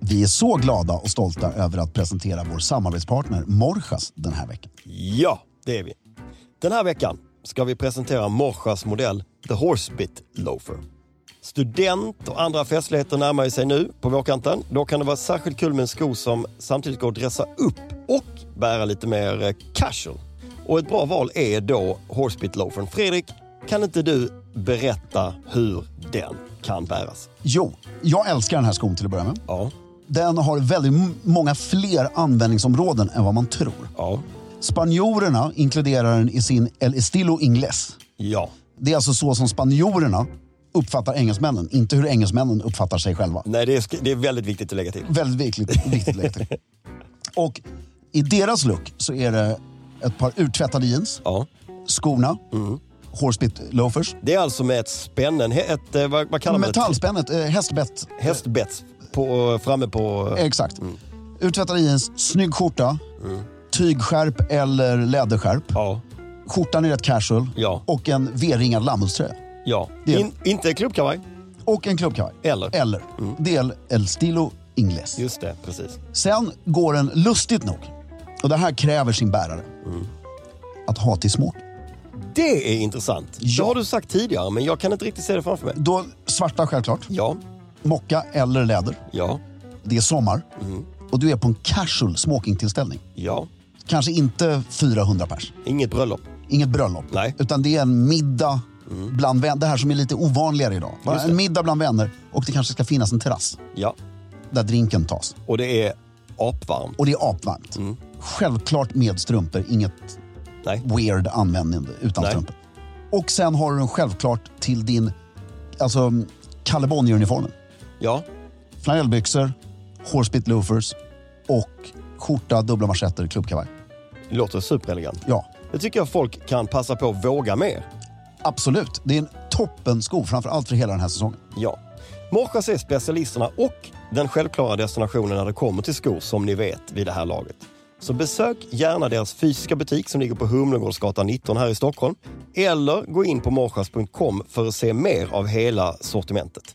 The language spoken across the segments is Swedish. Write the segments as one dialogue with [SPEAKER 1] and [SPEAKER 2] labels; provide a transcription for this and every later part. [SPEAKER 1] Vi är så glada och stolta över att presentera vår samarbetspartner Morjas den här veckan.
[SPEAKER 2] Ja, det är vi. Den här veckan ska vi presentera Morschas modell The Horsebit Loafer. Student och andra festligheter närmar ju sig nu på vårkanten. Då kan det vara särskilt kul med en sko som samtidigt går att dressa upp och bära lite mer eh, casual. Och ett bra val är då Horsebit Loafern. Fredrik, kan inte du berätta hur den kan bäras?
[SPEAKER 1] Jo, jag älskar den här skon till att börja med.
[SPEAKER 2] Ja,
[SPEAKER 1] Den har väldigt m- många fler användningsområden än vad man tror.
[SPEAKER 2] ja,
[SPEAKER 1] Spanjorerna inkluderar den i sin El Estilo Ingles.
[SPEAKER 2] ja.
[SPEAKER 1] Det är alltså så som spanjorerna uppfattar engelsmännen, inte hur engelsmännen uppfattar sig själva.
[SPEAKER 2] Nej, det är, sk- det är väldigt viktigt att lägga till.
[SPEAKER 1] Väldigt viktigt, viktigt lägg till. Och i deras look så är det ett par urtvättade jeans,
[SPEAKER 2] Ja.
[SPEAKER 1] skorna, horsebit loafers,
[SPEAKER 2] Det är alltså med ett spännen, he- ett, eh, vad, vad kallar man det?
[SPEAKER 1] metallspännet, eh, hästbett. eh,
[SPEAKER 2] hästbets på, framme på...
[SPEAKER 1] Exakt.
[SPEAKER 2] Mm.
[SPEAKER 1] Urtvättade jeans, snygg skjorta, tygskärp eller läderskärp.
[SPEAKER 2] Ja,
[SPEAKER 1] Skjortan är rätt casual
[SPEAKER 2] Ja.
[SPEAKER 1] och en V-ringad lammullströja.
[SPEAKER 2] ja.
[SPEAKER 1] Det är-
[SPEAKER 2] In, inte klubbkavaj.
[SPEAKER 1] Och en klubbkavaj.
[SPEAKER 2] Eller. Mm.
[SPEAKER 1] Eller. Del El Stilo Ingles.
[SPEAKER 2] Just det, precis.
[SPEAKER 1] Sen går den lustigt nog, och det här kräver sin bärare,
[SPEAKER 2] Mm.
[SPEAKER 1] att ha till smoking.
[SPEAKER 2] Det är intressant.
[SPEAKER 1] Ja.
[SPEAKER 2] Det har du sagt tidigare, men jag kan inte riktigt se det framför mig.
[SPEAKER 1] Då svarta självklart,
[SPEAKER 2] Ja,
[SPEAKER 1] mocka eller läder.
[SPEAKER 2] ja,
[SPEAKER 1] Det är sommar
[SPEAKER 2] Mm.
[SPEAKER 1] och du är på en casual smokingtillställning.
[SPEAKER 2] ja.
[SPEAKER 1] Kanske inte 400 pers,
[SPEAKER 2] Inget bröllop.
[SPEAKER 1] inget bröllop.
[SPEAKER 2] Nej. Mm.
[SPEAKER 1] Utan det är en middag bland vänner, det här som är lite ovanligare idag. Bara
[SPEAKER 2] Just det.
[SPEAKER 1] en middag bland vänner och det kanske ska finnas en terrass
[SPEAKER 2] Ja,
[SPEAKER 1] där drinken tas.
[SPEAKER 2] och det är apvarmt.
[SPEAKER 1] Och det är apvarmt.
[SPEAKER 2] Mm.
[SPEAKER 1] Självklart med strumpor, inget
[SPEAKER 2] Nej,
[SPEAKER 1] weird användning utan
[SPEAKER 2] Nej.
[SPEAKER 1] strumpor. Och sen har du den självklart till din alltså, Kalle Bonnier-uniformen.
[SPEAKER 2] ja,
[SPEAKER 1] Flanellbyxor, horsebit loafers och skjorta, dubbla manschetter, klubbkavaj.
[SPEAKER 2] det låter superelegant.
[SPEAKER 1] Ja,
[SPEAKER 2] Jag tycker att folk kan passa på att våga mer.
[SPEAKER 1] absolut. Det är en toppen sko, framförallt för hela den här säsongen.
[SPEAKER 2] Ja. Morsas är specialisterna och den självklara destinationen när det kommer till skor som ni vet vid det här laget. Så besök gärna deras fysiska butik som ligger på Humlegårdsgatan 19 här i Stockholm. Eller gå in på morsas.com för att se mer av hela sortimentet.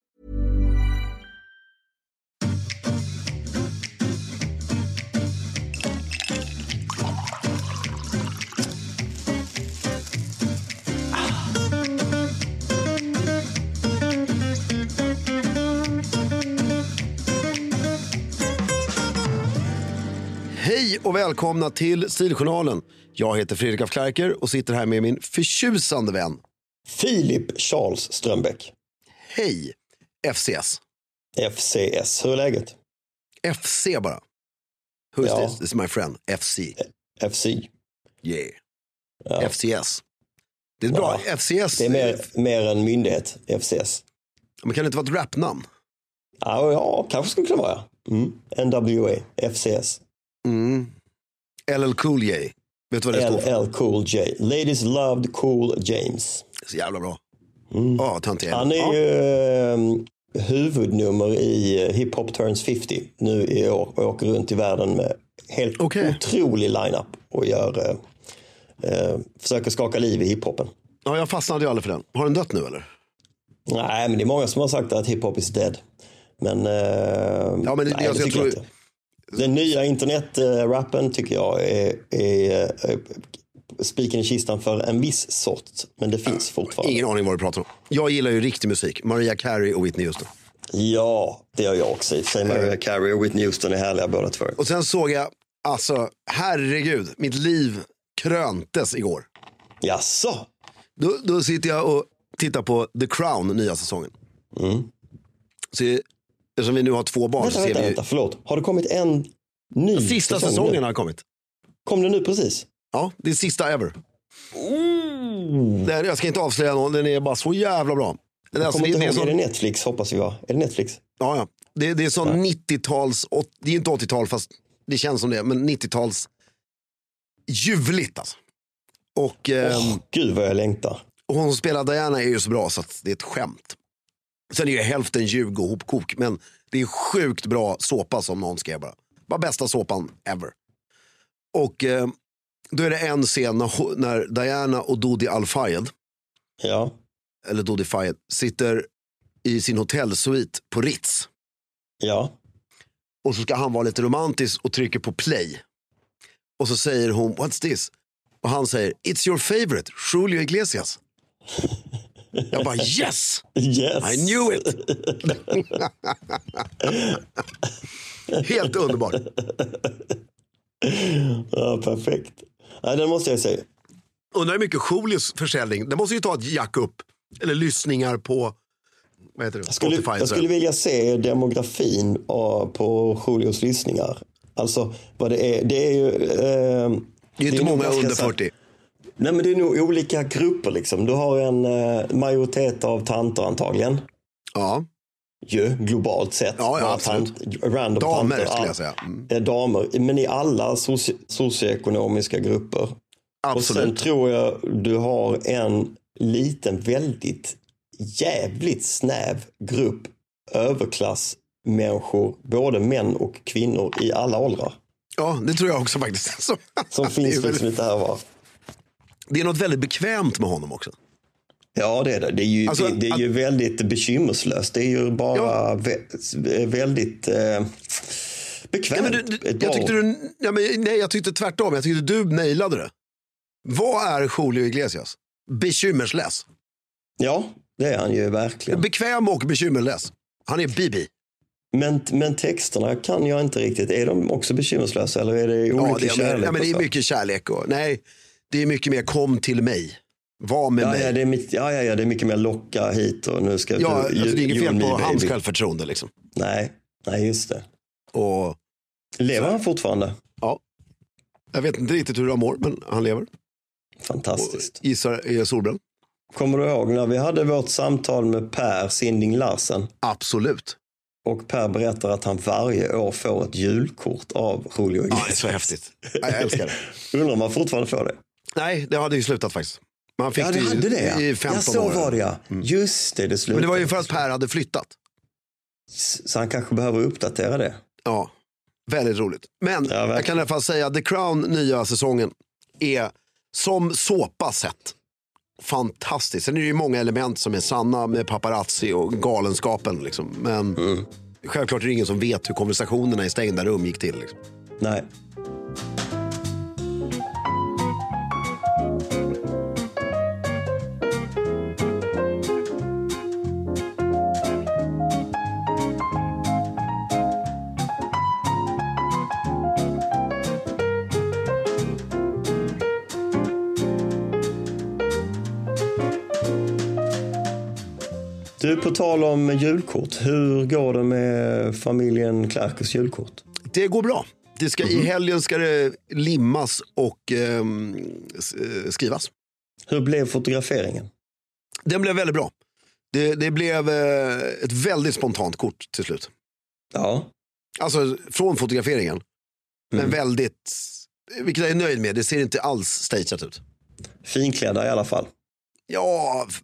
[SPEAKER 3] Hej och välkomna till Stiljournalen. Jag heter Fredrik af Klerker och sitter här med min förtjusande vän.
[SPEAKER 2] Filip Charles Strömbäck,
[SPEAKER 3] Hej! FCS.
[SPEAKER 2] FCS. Hur är läget?
[SPEAKER 3] FC bara. Who's
[SPEAKER 2] Ja.
[SPEAKER 3] this? This is my friend. FC.
[SPEAKER 2] FC.
[SPEAKER 3] Yeah. FCS. Det är bra.
[SPEAKER 2] Ja.
[SPEAKER 3] FCS.
[SPEAKER 2] Det är mer, mer en myndighet, FCS.
[SPEAKER 3] eh, Men kan det inte vara ett rapnamn?
[SPEAKER 2] Ja, ja kanske skulle kunna vara. Mm. NWA, FCS,
[SPEAKER 3] Mm. LL Cool J. Vet du vad det står för?
[SPEAKER 2] LL Cool J. Ladies loved Cool James.
[SPEAKER 3] Så jävla bra.
[SPEAKER 2] Mm.
[SPEAKER 3] Ja, töntig
[SPEAKER 2] Han är
[SPEAKER 3] ja.
[SPEAKER 2] ju eh, huvudnummer i eh, Hip Hop Turns 50 nu i år och åker runt i världen med helt
[SPEAKER 3] Okej.
[SPEAKER 2] otrolig lineup och gör, eh, eh, försöker skaka liv i hiphopen.
[SPEAKER 3] ja, jag fastnade ju aldrig för den. Har den dött nu eller?
[SPEAKER 2] Nej, men det är många som har sagt att hiphop is dead. Men, eh,
[SPEAKER 3] Ja, men det-
[SPEAKER 2] nej,
[SPEAKER 3] jag- jag
[SPEAKER 2] tycker
[SPEAKER 3] tror-
[SPEAKER 2] inte. Den nya internetrappen tycker jag är, är, eh, spiken i kistan för en viss sort. Men det finns fortfarande.
[SPEAKER 3] Ingen aning vad du pratar om. Jag gillar ju riktig musik. Maria Carey och Whitney Houston.
[SPEAKER 2] Ja, det gör jag också. i och för sig. Mariah Carey och Whitney Houston är härliga båda två.
[SPEAKER 3] Och sen såg jag, alltså herregud, mitt liv kröntes igår.
[SPEAKER 2] Jaså?
[SPEAKER 3] Då, då sitter jag och tittar på The Crown, nya säsongen. Så, eftersom vi nu har två barn
[SPEAKER 2] Mm. Vänta,
[SPEAKER 3] så ser
[SPEAKER 2] vänta,
[SPEAKER 3] vi ju...
[SPEAKER 2] vänta, förlåt. Har det kommit en ny
[SPEAKER 3] Sista
[SPEAKER 2] säsong nu?
[SPEAKER 3] säsongen har kommit.
[SPEAKER 2] Kom den nu precis?
[SPEAKER 3] Ja, det är sista ever. Den, jag ska inte avslöja någon, den är bara så jävla bra. Den,
[SPEAKER 2] Jag
[SPEAKER 3] alltså,
[SPEAKER 2] kommer
[SPEAKER 3] det,
[SPEAKER 2] inte
[SPEAKER 3] det, är
[SPEAKER 2] ihåg, är det
[SPEAKER 3] sån,
[SPEAKER 2] Netflix hoppas vi va? Är det Netflix?
[SPEAKER 3] ja, ja. Det, det är sån 90-tals, åt- det är inte 80-tal fast det känns som det, men 90-tals ljuvligt alltså. Och ehm,
[SPEAKER 2] Åh, gud vad jag längtar.
[SPEAKER 3] och hon som spelar Diana är ju så bra så att det är ett skämt. Sen är ju hälften ljug och hopkok, men det är sjukt bra såpa som någon skrev bara. Bara bästa såpan ever. Och eh, då är det en scen när, ho- när Diana och Dodi Al-Fayed,
[SPEAKER 2] Ja.
[SPEAKER 3] eller Dodi Fayed, sitter i sin hotellsvit på Ritz.
[SPEAKER 2] Ja.
[SPEAKER 3] Och så ska han vara lite romantisk och trycker på play. Och så säger hon, what's this? Och han säger, it's your favorite, Julio Iglesias. Jag bara, yes!
[SPEAKER 2] Yes.
[SPEAKER 3] I knew it! Helt underbart.
[SPEAKER 2] Ja, perfekt. Nej, den måste jag säga.
[SPEAKER 3] Undrar hur mycket Julius försäljning, det måste ju ta ett jack upp. Eller lyssningar på vad heter det?
[SPEAKER 2] Jag skulle,
[SPEAKER 3] Spotify.
[SPEAKER 2] jag skulle vilja se demografin av- på Julios lyssningar. Alltså, vad det är. Det är ju... Eh,
[SPEAKER 3] det är inte
[SPEAKER 2] nog
[SPEAKER 3] många
[SPEAKER 2] ganska
[SPEAKER 3] under
[SPEAKER 2] så här-
[SPEAKER 3] 40.
[SPEAKER 2] Nej, men det är nog olika grupper liksom. Du har en eh, majoritet av tanter antagligen.
[SPEAKER 3] Ja.
[SPEAKER 2] Ju, globalt sett.
[SPEAKER 3] Ja, ja,
[SPEAKER 2] Bara
[SPEAKER 3] absolut.
[SPEAKER 2] random
[SPEAKER 3] Damer
[SPEAKER 2] tanter,
[SPEAKER 3] skulle
[SPEAKER 2] ja.
[SPEAKER 3] jag säga. Mm.
[SPEAKER 2] Eh, damer, men i alla soci socioekonomiska grupper. Och sen
[SPEAKER 3] Absolut.
[SPEAKER 2] tror jag du har en liten, väldigt jävligt snäv grupp överklassmänniskor, både män och kvinnor i alla åldrar.
[SPEAKER 3] Ja, det tror jag också faktiskt. Så,
[SPEAKER 2] Som
[SPEAKER 3] det, är
[SPEAKER 2] finns liksom
[SPEAKER 3] väldigt,
[SPEAKER 2] inte här var.
[SPEAKER 3] det är något väldigt bekvämt med honom också.
[SPEAKER 2] Ja, det är det. Det är ju,
[SPEAKER 3] Alltså,
[SPEAKER 2] det, det är ju väldigt bekymmerslöst. Det är ju bara
[SPEAKER 3] Ja.
[SPEAKER 2] vä- väldigt eh,
[SPEAKER 3] Ja,
[SPEAKER 2] bekvämt.
[SPEAKER 3] men du, du,
[SPEAKER 2] Ett
[SPEAKER 3] jag
[SPEAKER 2] bra
[SPEAKER 3] tyckte
[SPEAKER 2] ord.
[SPEAKER 3] du, ja, men, nej, jag tyckte tvärtom. Jag tyckte du nailade det. Vad är Julio Iglesias? Bekymmerslös.
[SPEAKER 2] Ja, det är han ju verkligen.
[SPEAKER 3] Bekväm och bekymmerlös. Han är Bibi.
[SPEAKER 2] Men, men texterna kan jag inte riktigt. Är de också bekymmerslösa eller är det
[SPEAKER 3] Ja,
[SPEAKER 2] olycklig
[SPEAKER 3] det, är,
[SPEAKER 2] kärlek?
[SPEAKER 3] ja, men det
[SPEAKER 2] och
[SPEAKER 3] är
[SPEAKER 2] så?
[SPEAKER 3] mycket kärlek. Och, nej, det är mycket mer kom till mig. Var med
[SPEAKER 2] Ja,
[SPEAKER 3] mig.
[SPEAKER 2] ja, det är mycket, ja, ja, ja, det är mycket mer locka hit och nu ska
[SPEAKER 3] ja,
[SPEAKER 2] du...
[SPEAKER 3] alltså,
[SPEAKER 2] you-
[SPEAKER 3] det är inget
[SPEAKER 2] you
[SPEAKER 3] fel
[SPEAKER 2] and
[SPEAKER 3] på
[SPEAKER 2] me, baby.
[SPEAKER 3] hans självförtroende. Liksom.
[SPEAKER 2] Nej, nej, just det.
[SPEAKER 3] Och,
[SPEAKER 2] Lever han fortfarande?
[SPEAKER 3] ja. Jag vet inte riktigt hur han mår, men han lever. Och,
[SPEAKER 2] Fantastiskt.
[SPEAKER 3] gissar är solbränd.
[SPEAKER 2] Kommer du ihåg när vi hade vårt samtal med Per Sinding Larsen?
[SPEAKER 3] Absolut.
[SPEAKER 2] Och Per berättar att han varje år får ett julkort av Julio
[SPEAKER 3] Ja, det är
[SPEAKER 2] Iglesias.
[SPEAKER 3] så häftigt. Ja, Jag älskar det.
[SPEAKER 2] Undrar om han fortfarande får det?
[SPEAKER 3] Nej, det hade ju slutat faktiskt. Man fick
[SPEAKER 2] Ja, det
[SPEAKER 3] det,
[SPEAKER 2] hade det
[SPEAKER 3] i, i
[SPEAKER 2] ja.
[SPEAKER 3] 15
[SPEAKER 2] ja så
[SPEAKER 3] år. Mm.
[SPEAKER 2] var det ja. Just det, det
[SPEAKER 3] Men
[SPEAKER 2] slutade.
[SPEAKER 3] det var ju för att Per hade flyttat.
[SPEAKER 2] Så han kanske behöver uppdatera det.
[SPEAKER 3] Ja, väldigt roligt. Men
[SPEAKER 2] verkligen.
[SPEAKER 3] jag kan i alla fall säga att The Crown nya säsongen är som såpa sett fantastisk. Sen är det ju många element som är sanna med paparazzi och galenskapen. Liksom. Men självklart är det ingen som vet hur konversationerna i stängda rum gick till. Liksom.
[SPEAKER 2] Nej. Du, på tal om julkort. Hur går det med familjen Klerkes julkort?
[SPEAKER 3] Det går bra. Det ska, I helgen ska det limmas och ehm, s- eh, skrivas.
[SPEAKER 2] Hur blev fotograferingen?
[SPEAKER 3] Den blev väldigt bra. Det, det blev eh, ett väldigt spontant kort till slut.
[SPEAKER 2] Ja,
[SPEAKER 3] Alltså från fotograferingen. Men väldigt, vilket jag är nöjd med, det ser inte alls stageat ut.
[SPEAKER 2] finklädda i alla fall.
[SPEAKER 3] Ja, f-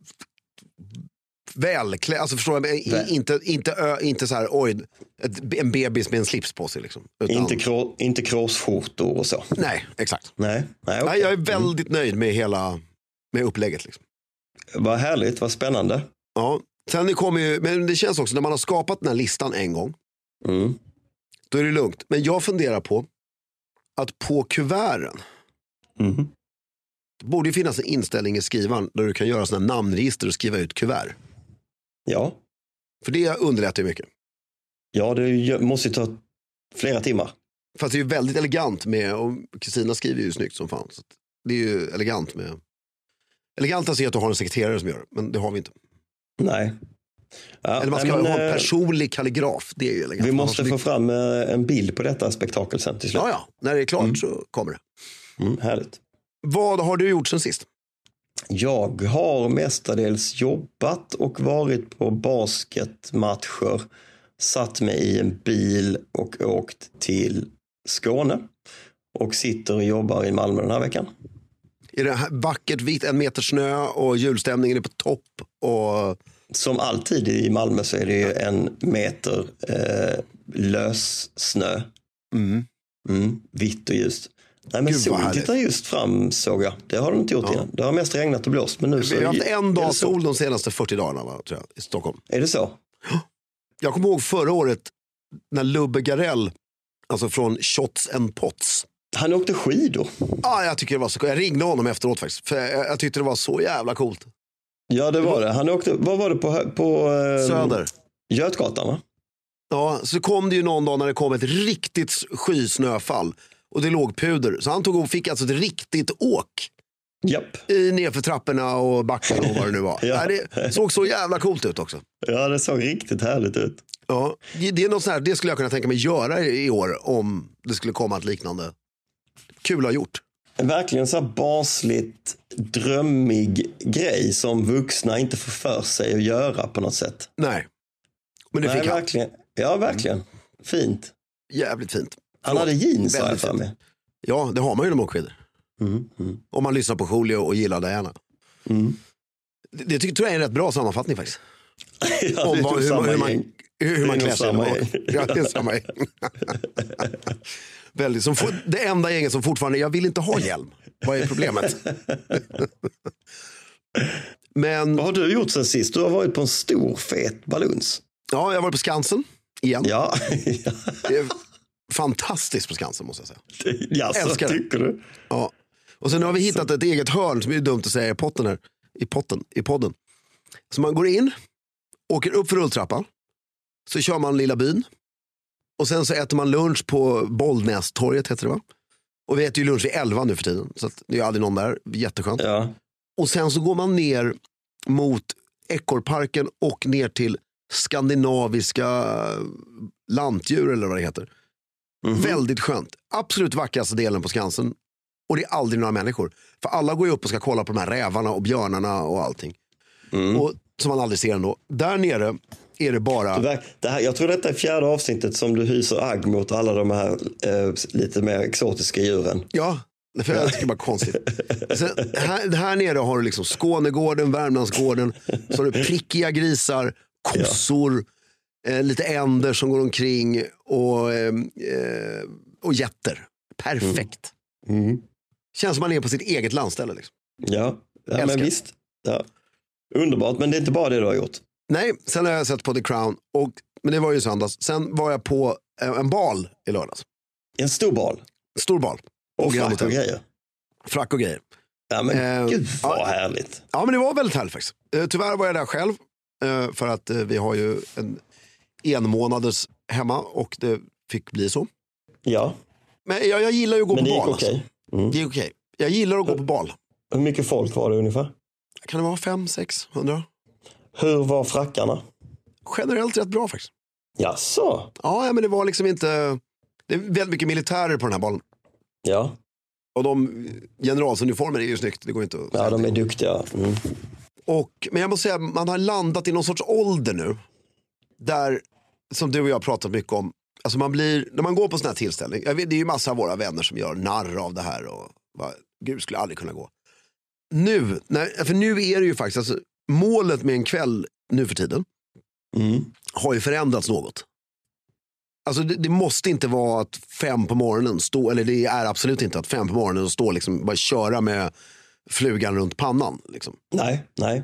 [SPEAKER 3] välklädd, alltså förstår jag, men i-
[SPEAKER 2] Väl.
[SPEAKER 3] inte, inte, ö, inte så här, oj, ett, en bebis med en slips på sig liksom. Utan,
[SPEAKER 2] Inte, kro- inte crossskjortor och så.
[SPEAKER 3] Nej, exakt.
[SPEAKER 2] Nej, nej, okej.
[SPEAKER 3] Nej, jag är väldigt nöjd med hela, med upplägget liksom.
[SPEAKER 2] Vad härligt, vad spännande.
[SPEAKER 3] Ja, sen det kommer ju, men det känns också när man har skapat den här listan en gång,
[SPEAKER 2] Mm.
[SPEAKER 3] då är det lugnt. Men jag funderar på att på kuverten,
[SPEAKER 2] Mhm.
[SPEAKER 3] det borde ju finnas en inställning i skrivaren där du kan göra sådana namnregister och skriva ut kuvert.
[SPEAKER 2] Ja.
[SPEAKER 3] För det underlättar ju mycket.
[SPEAKER 2] ja, det gö- måste ju ta flera timmar.
[SPEAKER 3] Fast det är ju väldigt elegant med, och Kristina skriver ju snyggt som fan. Så att det är ju elegant med. Elegantast är att du har en sekreterare som gör det, men det har vi inte.
[SPEAKER 2] Nej. Ja,
[SPEAKER 3] Eller man ska
[SPEAKER 2] nej, men,
[SPEAKER 3] ha en
[SPEAKER 2] eh,
[SPEAKER 3] personlig kalligraf, det är ju elegant.
[SPEAKER 2] vi
[SPEAKER 3] Man har
[SPEAKER 2] måste
[SPEAKER 3] så
[SPEAKER 2] få
[SPEAKER 3] mycket-
[SPEAKER 2] fram eh, en bild på detta spektakel sen till slut.
[SPEAKER 3] Ja, ja, när det är klart så kommer det.
[SPEAKER 2] Mm, härligt.
[SPEAKER 3] Vad har du gjort sen sist?
[SPEAKER 2] Jag har mestadels jobbat och varit på basketmatcher. Satt mig i en bil och åkt till Skåne. Och sitter och jobbar i Malmö den här veckan.
[SPEAKER 3] Är det här vackert vitt, en meter snö och julstämningen är på topp. Och
[SPEAKER 2] Som alltid i Malmö så är det ju en meter eh, lös snö. Mm, vitt och ljust. Nej, men
[SPEAKER 3] Gud, vad
[SPEAKER 2] solen
[SPEAKER 3] härligt.
[SPEAKER 2] tittar just fram såg jag. Det har den inte gjort innan. Det har mest regnat och blåst. Men nu så
[SPEAKER 3] vi har haft
[SPEAKER 2] Alltså, är
[SPEAKER 3] en
[SPEAKER 2] det
[SPEAKER 3] dag
[SPEAKER 2] så.
[SPEAKER 3] sol de senaste 40 dagarna va, tror jag, i Stockholm.
[SPEAKER 2] Är det så?
[SPEAKER 3] Jag kommer ihåg förra året när Lubbe Garell, alltså från Shots and Pots.
[SPEAKER 2] Han åkte skidor.
[SPEAKER 3] Ah, jag, tycker det var så, jag ringde honom efteråt faktiskt, för jag, jag tyckte det var så jävla coolt.
[SPEAKER 2] Ja, det var det. Han åkte, vad var det på, hö- på eh,
[SPEAKER 3] Söder.
[SPEAKER 2] Götgatan? Va?
[SPEAKER 3] Ja, så kom det ju någon dag när det kom ett riktigt skysnöfall och det låg puder. Så han tog och fick alltså ett riktigt åk
[SPEAKER 2] Japp.
[SPEAKER 3] i nerför trapporna och backarna och vad det nu var.
[SPEAKER 2] Ja.
[SPEAKER 3] Nej, det såg så jävla coolt ut också.
[SPEAKER 2] Ja, det såg riktigt härligt ut.
[SPEAKER 3] Ja, det, är något sånt här, det skulle jag kunna tänka mig göra i i år om det skulle komma ett liknande. Kul att ha gjort.
[SPEAKER 2] Verkligen så här barnsligt drömmig grej som vuxna inte får för sig att göra på något sätt.
[SPEAKER 3] Nej, men det
[SPEAKER 2] Nej,
[SPEAKER 3] fick han.
[SPEAKER 2] verkligen. Ja, verkligen. Fint.
[SPEAKER 3] Jävligt fint.
[SPEAKER 2] Han hade jeans har jag
[SPEAKER 3] Väldigt
[SPEAKER 2] för
[SPEAKER 3] fint.
[SPEAKER 2] mig.
[SPEAKER 3] Ja, det har man ju när man åker skidor.
[SPEAKER 2] Mm, mm.
[SPEAKER 3] Om man lyssnar på Julio och gillar Diana.
[SPEAKER 2] Mm.
[SPEAKER 3] Det, det tycker- tror jag är en rätt bra sammanfattning faktiskt.
[SPEAKER 2] Ja,
[SPEAKER 3] Om
[SPEAKER 2] det är
[SPEAKER 3] vad,
[SPEAKER 2] nog
[SPEAKER 3] hur, man-
[SPEAKER 2] samma
[SPEAKER 3] hur man,
[SPEAKER 2] gäng.
[SPEAKER 3] hur,
[SPEAKER 2] Det
[SPEAKER 3] hur
[SPEAKER 2] är
[SPEAKER 3] man
[SPEAKER 2] nog
[SPEAKER 3] klär sig.
[SPEAKER 2] samma
[SPEAKER 3] när man
[SPEAKER 2] gäng.
[SPEAKER 3] åker. Ja, det är samma gäng. Väldigt, som fort- det enda gänget som fortfarande, jag vill inte ha hjälm. Vad är problemet? Men
[SPEAKER 2] Vad har du gjort sen sist? Du har varit på en stor fet baluns.
[SPEAKER 3] ja, jag var på Skansen igen.
[SPEAKER 2] Ja, ja,
[SPEAKER 3] Det är fantastiskt på Skansen måste jag säga.
[SPEAKER 2] ja så
[SPEAKER 3] Älskar det.
[SPEAKER 2] tycker du.
[SPEAKER 3] Ja. Och sen har vi hittat ett eget hörn som är dumt att säga i potten här. I potten, i podden. Så man går in, åker upp för rulltrappan. Så kör man Lilla byn. Och sen så äter man lunch på Bollnästorget heter det va? Och vi äter ju lunch vid 11 nu för tiden. Så att det är aldrig någon där. Jätteskönt.
[SPEAKER 2] Ja.
[SPEAKER 3] Och sen så går man ner mot Ekorrparken och ner till skandinaviska eh, lantdjur eller vad det heter.
[SPEAKER 2] Mhm.
[SPEAKER 3] Väldigt skönt. Absolut vackraste delen på Skansen. Och det är aldrig några människor. För alla går ju upp och ska kolla på de här rävarna och björnarna och allting. Och, som man aldrig ser ändå. Där nere är det bara...
[SPEAKER 2] Verk- Det här, jag tror detta är fjärde avsnittet som du hyser agg mot alla de här eh, lite mer exotiska djuren.
[SPEAKER 3] Ja, för jag tycker det är bara konstigt. Sen, här, här nere har du liksom Skånegården, Värmlandsgården, så har du prickiga grisar, kossor, eh, lite änder som går omkring och, eh, eh, och getter. Perfekt. Mm. Känns som man är på sitt eget landställe. Liksom.
[SPEAKER 2] Ja, ja men
[SPEAKER 3] Älskar.
[SPEAKER 2] visst. Ja. Underbart, men det är inte bara det du har gjort.
[SPEAKER 3] Nej, sen har jag sett på The Crown, och, men det var ju i söndags. Sen var jag på eh, en bal i lördags.
[SPEAKER 2] En stor bal
[SPEAKER 3] Stor bal.
[SPEAKER 2] och
[SPEAKER 3] Grand
[SPEAKER 2] frack och
[SPEAKER 3] Hotel.
[SPEAKER 2] grejer.
[SPEAKER 3] Frack och grejer.
[SPEAKER 2] Ja, men
[SPEAKER 3] Eh,
[SPEAKER 2] gud vad
[SPEAKER 3] ja.
[SPEAKER 2] härligt.
[SPEAKER 3] Ja, men det var väldigt härligt faktiskt. Eh, Tyvärr var jag där själv. eh, För att eh, vi har ju en enmånaders hemma och det fick bli så.
[SPEAKER 2] Ja,
[SPEAKER 3] Men jag, jag gillar ju att gå
[SPEAKER 2] men det
[SPEAKER 3] på
[SPEAKER 2] gick
[SPEAKER 3] bal.
[SPEAKER 2] okej. Eh.
[SPEAKER 3] alltså.
[SPEAKER 2] Mm.
[SPEAKER 3] Det gick okej. Jag gillar att gå på bal.
[SPEAKER 2] Hur mycket folk var det ungefär?
[SPEAKER 3] Kan det vara fem, sex, hundra?
[SPEAKER 2] Hur var frackarna?
[SPEAKER 3] Generellt rätt bra faktiskt.
[SPEAKER 2] Jaså?
[SPEAKER 3] Ja, ja, men det var liksom inte... Det är väldigt mycket militärer på den här balen.
[SPEAKER 2] Ja,
[SPEAKER 3] Och de eh, generalsuniformer är ju snyggt. Det går inte att...
[SPEAKER 2] ja de är duktiga. Mm.
[SPEAKER 3] Och, men jag måste säga, man har landat i någon sorts ålder nu. Där, som du och jag har pratat mycket om, alltså man blir, när man går på sån här tillställning, jag vet, det är ju massa av våra vänner som gör narr av det här och bara, gud skulle aldrig kunna gå. Nu, när, för nu är det ju faktiskt, alltså, målet med en kväll nu för tiden
[SPEAKER 2] Mm.
[SPEAKER 3] har ju förändrats något. Alltså det, det måste inte vara att fem på morgonen stå, eller det är absolut inte att fem på morgonen och stå liksom, bara köra med flugan runt pannan. Liksom.
[SPEAKER 2] Nej, nej.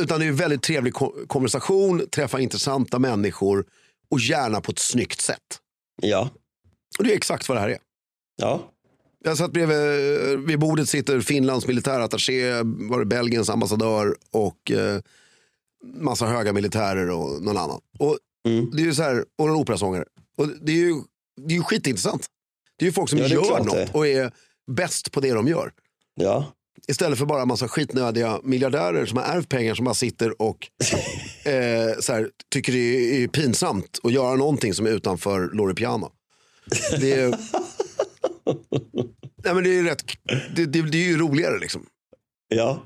[SPEAKER 3] Utan det är en väldigt trevlig ko- konversation, träffa intressanta människor och gärna på ett snyggt sätt.
[SPEAKER 2] Ja,
[SPEAKER 3] Och det är exakt vad det här är.
[SPEAKER 2] ja.
[SPEAKER 3] Jag satt bredvid, vid bordet sitter Finlands militärattaché, var det Belgiens ambassadör och eh, massa höga militärer och någon annan. Och
[SPEAKER 2] Mm.
[SPEAKER 3] det är ju så här, och en operasångare. Och det är ju, det är ju skitintressant. Det är ju folk som
[SPEAKER 2] Ja, det är
[SPEAKER 3] gör
[SPEAKER 2] klart det.
[SPEAKER 3] något och är bäst på det de gör.
[SPEAKER 2] ja.
[SPEAKER 3] Istället för bara en massa skitnödiga miljardärer som har ärvt pengar som bara sitter och eh, så här, tycker det är, är pinsamt att göra någonting som är utanför Lori Piana. Det är, nej men det är, ju rätt, det, det, det är ju roligare liksom.
[SPEAKER 2] ja.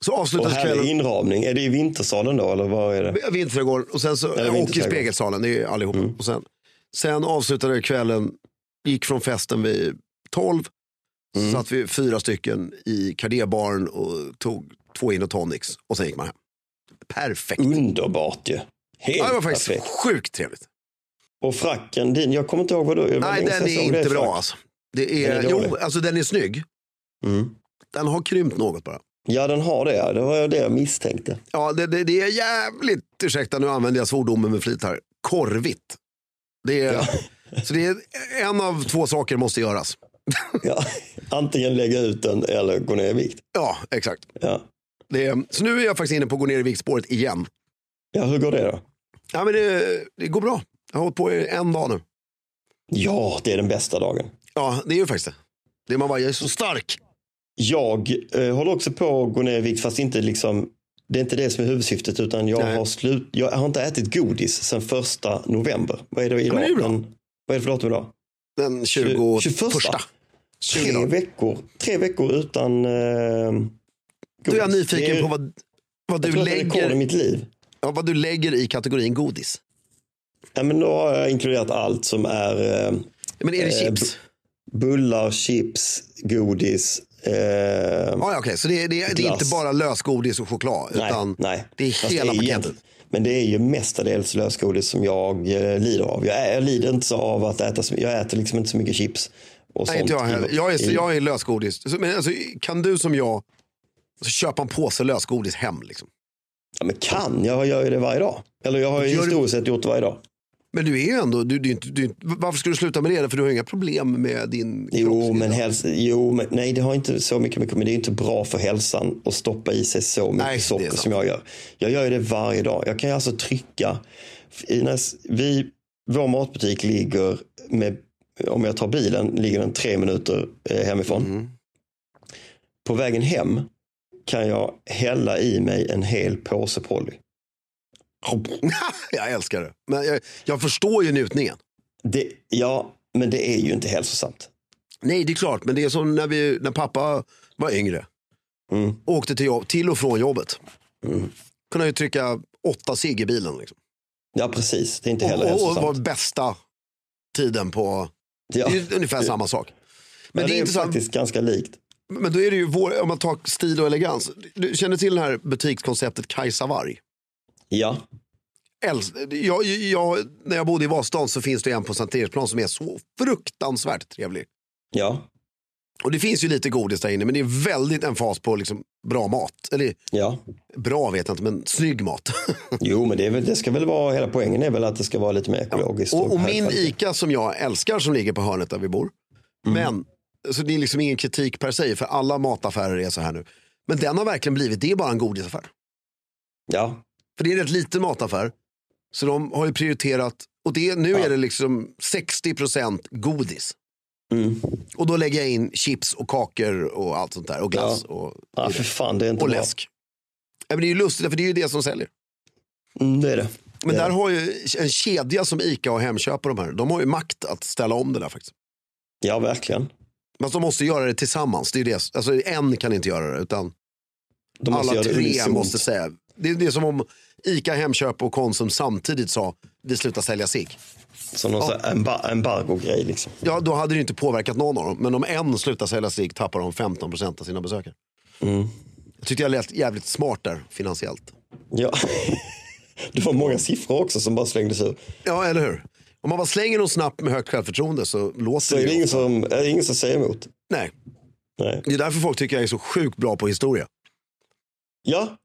[SPEAKER 3] Så
[SPEAKER 2] Och
[SPEAKER 3] avslutas
[SPEAKER 2] härlig
[SPEAKER 3] kvällen
[SPEAKER 2] inramning. Är det i vintersalen då eller vad är det?
[SPEAKER 3] med Vintergården och, sen så,
[SPEAKER 2] Eller
[SPEAKER 3] och i
[SPEAKER 2] Vinterträdgården.
[SPEAKER 3] Spegelsalen, det är ju allihopa. Och sen, sen avslutade kvällen, gick från festen vid 12. Så satt vi fyra stycken i Cardébaren och tog två gin och tonics och sen gick man hem. Perfekt.
[SPEAKER 2] Underbart ju. Helt
[SPEAKER 3] Ja, det var faktiskt
[SPEAKER 2] perfekt.
[SPEAKER 3] sjukt trevligt.
[SPEAKER 2] Och fracken din, jag kommer inte ihåg vad du... det var
[SPEAKER 3] Nej,
[SPEAKER 2] länge sedan
[SPEAKER 3] den
[SPEAKER 2] jag
[SPEAKER 3] är
[SPEAKER 2] såg
[SPEAKER 3] inte
[SPEAKER 2] dig i
[SPEAKER 3] bra
[SPEAKER 2] frack.
[SPEAKER 3] alltså. Det är,
[SPEAKER 2] Den är dålig.
[SPEAKER 3] jo, alltså den är snygg.
[SPEAKER 2] Mm.
[SPEAKER 3] Den har krympt något bara.
[SPEAKER 2] Ja, den har det. Det var det jag misstänkte.
[SPEAKER 3] Ja, det, det, det är jävligt, ursäkta nu använder jag svordomen med flit här, korvigt. Det är, Så det är en av två saker måste göras.
[SPEAKER 2] Ja. Antingen lägga ut den eller gå ner i vikt.
[SPEAKER 3] Ja, exakt.
[SPEAKER 2] Ja.
[SPEAKER 3] Det är, så nu är jag faktiskt inne på att gå ner i viktspåret igen.
[SPEAKER 2] ja, hur går det då?
[SPEAKER 3] Ja, men det, det går bra. Jag har hållit på i en dag nu.
[SPEAKER 2] Ja, det är den bästa dagen.
[SPEAKER 3] Ja, det är ju faktiskt det. det är man bara, jag är så stark.
[SPEAKER 2] Jag eh, håller också på att gå ner i vikt fast inte liksom det är inte det som är huvudsyftet utan jag
[SPEAKER 3] Nej.
[SPEAKER 2] har, slut, jag har inte ätit godis sedan första november. Vad är det idag?
[SPEAKER 3] men det är ju bra.
[SPEAKER 2] Den, vad är det för datum idag?
[SPEAKER 3] Den
[SPEAKER 2] Tju-
[SPEAKER 3] 21.
[SPEAKER 2] 21. Tre
[SPEAKER 3] dagar.
[SPEAKER 2] veckor, tre veckor utan eh, godis.
[SPEAKER 3] Då är jag
[SPEAKER 2] Det är-
[SPEAKER 3] nyfiken på vad, vad, du
[SPEAKER 2] jag tror att det är rekord i
[SPEAKER 3] lägger,
[SPEAKER 2] mitt liv.
[SPEAKER 3] ja, vad du lägger i kategorin godis.
[SPEAKER 2] Ja, men då har jag inkluderat allt som är eh,
[SPEAKER 3] Men är det
[SPEAKER 2] Eh,
[SPEAKER 3] chips?
[SPEAKER 2] bullar, chips, godis. Eh,
[SPEAKER 3] Ja, ja, okej. Så det, är- det, är- det är inte
[SPEAKER 2] glass.
[SPEAKER 3] bara lösgodis och choklad. utan
[SPEAKER 2] nej.
[SPEAKER 3] Det är
[SPEAKER 2] Fast
[SPEAKER 3] hela
[SPEAKER 2] ju
[SPEAKER 3] paketet.
[SPEAKER 2] egentligen- Men det är ju mestadels lösgodis som jag eh, lider av. Jag, är, jag lider inte så av att äta, så- jag äter liksom inte så mycket chips. Och
[SPEAKER 3] Nej,
[SPEAKER 2] sånt
[SPEAKER 3] inte jag heller.
[SPEAKER 2] i-
[SPEAKER 3] Jag är,
[SPEAKER 2] i-
[SPEAKER 3] jag är lösgodis. Så- Men alltså, kan du som jag så köpa en påse lösgodis hem? Liksom.
[SPEAKER 2] Ja, men kan, jag gör ju det varje dag. Eller jag har ju
[SPEAKER 3] Gör du-
[SPEAKER 2] historiskt sett gjort det varje dag.
[SPEAKER 3] Men du är ju ändå, du, du, är inte- du, är inte- varför ska du sluta med det? För du har ju inga problem med din
[SPEAKER 2] Jo,
[SPEAKER 3] kroppsbild.
[SPEAKER 2] men, häls- jo, men nej, det har inte så mycket med Men det är ju inte bra för hälsan att stoppa i sig så mycket
[SPEAKER 3] Nej, det är
[SPEAKER 2] socker
[SPEAKER 3] sant.
[SPEAKER 2] som jag gör. Jag gör ju det varje dag. Jag kan ju alltså trycka. I näs- vi, vår matbutik ligger, med, om jag tar bilen, ligger den tre minuter eh, hemifrån.
[SPEAKER 3] Mm.
[SPEAKER 2] På vägen hem kan jag hälla i mig en hel påse Polly.
[SPEAKER 3] jag älskar det. Men jag, jag förstår ju njutningen.
[SPEAKER 2] Det, ja, men det är ju inte hälsosamt.
[SPEAKER 3] Nej, det är klart. Men det är som när, vi, när pappa var yngre.
[SPEAKER 2] Mm.
[SPEAKER 3] Åkte till, jobb, till och från jobbet. Kunde ju trycka åtta cigg i bilen. Liksom.
[SPEAKER 2] Ja, precis. Det är inte heller
[SPEAKER 3] Och, och, och
[SPEAKER 2] hälsosamt.
[SPEAKER 3] var bästa tiden på...
[SPEAKER 2] ja.
[SPEAKER 3] Det är ungefär samma sak. Men
[SPEAKER 2] Ja,
[SPEAKER 3] det är intressant.
[SPEAKER 2] faktiskt ganska likt.
[SPEAKER 3] Men då är det ju vår, om man tar stil och elegans. Du känner till det här butikskonceptet Kajsa Warg?
[SPEAKER 2] Ja,
[SPEAKER 3] Älsk- Jag, jag, när jag bodde i Vasastan så finns det en på Sankt Eriksplan som är så fruktansvärt trevlig.
[SPEAKER 2] ja,
[SPEAKER 3] Och det finns ju lite godis där inne men det är väldigt en fas på liksom bra mat. Eller
[SPEAKER 2] ja.
[SPEAKER 3] bra vet jag inte men snygg mat.
[SPEAKER 2] Jo, men det, är väl, det ska väl vara, hela poängen är väl att det ska vara lite mer ekologiskt.
[SPEAKER 3] och, och
[SPEAKER 2] hög
[SPEAKER 3] min
[SPEAKER 2] kvalitet.
[SPEAKER 3] ICA som jag älskar som ligger på hörnet där vi bor.
[SPEAKER 2] Mm.
[SPEAKER 3] Men så det är liksom ingen kritik per se för alla mataffärer är så här nu. Men den har verkligen blivit, det är bara en godisaffär.
[SPEAKER 2] Ja,
[SPEAKER 3] För det är en rätt liten mataffär. Så de har ju prioriterat, och det, nu är det liksom 60% godis.
[SPEAKER 2] Mm.
[SPEAKER 3] Och då lägger jag in chips och kakor och allt sånt där. Och glass och,
[SPEAKER 2] ah, för fan, det är inte
[SPEAKER 3] och
[SPEAKER 2] bra.
[SPEAKER 3] läsk. Ja, men det är ju lustigt, för det är ju det som säljer.
[SPEAKER 2] Mm, det är det.
[SPEAKER 3] Men
[SPEAKER 2] det är
[SPEAKER 3] där
[SPEAKER 2] det.
[SPEAKER 3] har ju en kedja som Ica och Hemköp och de här, de har ju makt att ställa om det där faktiskt.
[SPEAKER 2] Ja, verkligen.
[SPEAKER 3] Men de måste göra det tillsammans. Det är ju det. Alltså, en kan inte göra det, utan
[SPEAKER 2] De måste
[SPEAKER 3] alla
[SPEAKER 2] göra det
[SPEAKER 3] tre
[SPEAKER 2] unisont.
[SPEAKER 3] måste säga. Det är, det är som om Ica, Hemköp och Konsum samtidigt sa, vi slutar sälja sig.
[SPEAKER 2] Som någon sån här emba- embargo-grej liksom.
[SPEAKER 3] Ja, då hade det inte påverkat någon av dem. Men om en slutar sälja cigg tappar de 15 procent av sina besökare.
[SPEAKER 2] Mm.
[SPEAKER 3] Jag tyckte jag lät jävligt smart där finansiellt.
[SPEAKER 2] Ja. Det var många siffror också som bara slängdes ur.
[SPEAKER 3] Ja, eller hur? Om man bara slänger någon snabbt med högt självförtroende så låter
[SPEAKER 2] Så
[SPEAKER 3] det
[SPEAKER 2] är det
[SPEAKER 3] ju.
[SPEAKER 2] ingen som, är det ingen som säger emot.
[SPEAKER 3] Nej,
[SPEAKER 2] Nej.
[SPEAKER 3] det är därför folk tycker jag är så sjukt bra på historia.
[SPEAKER 2] Ja,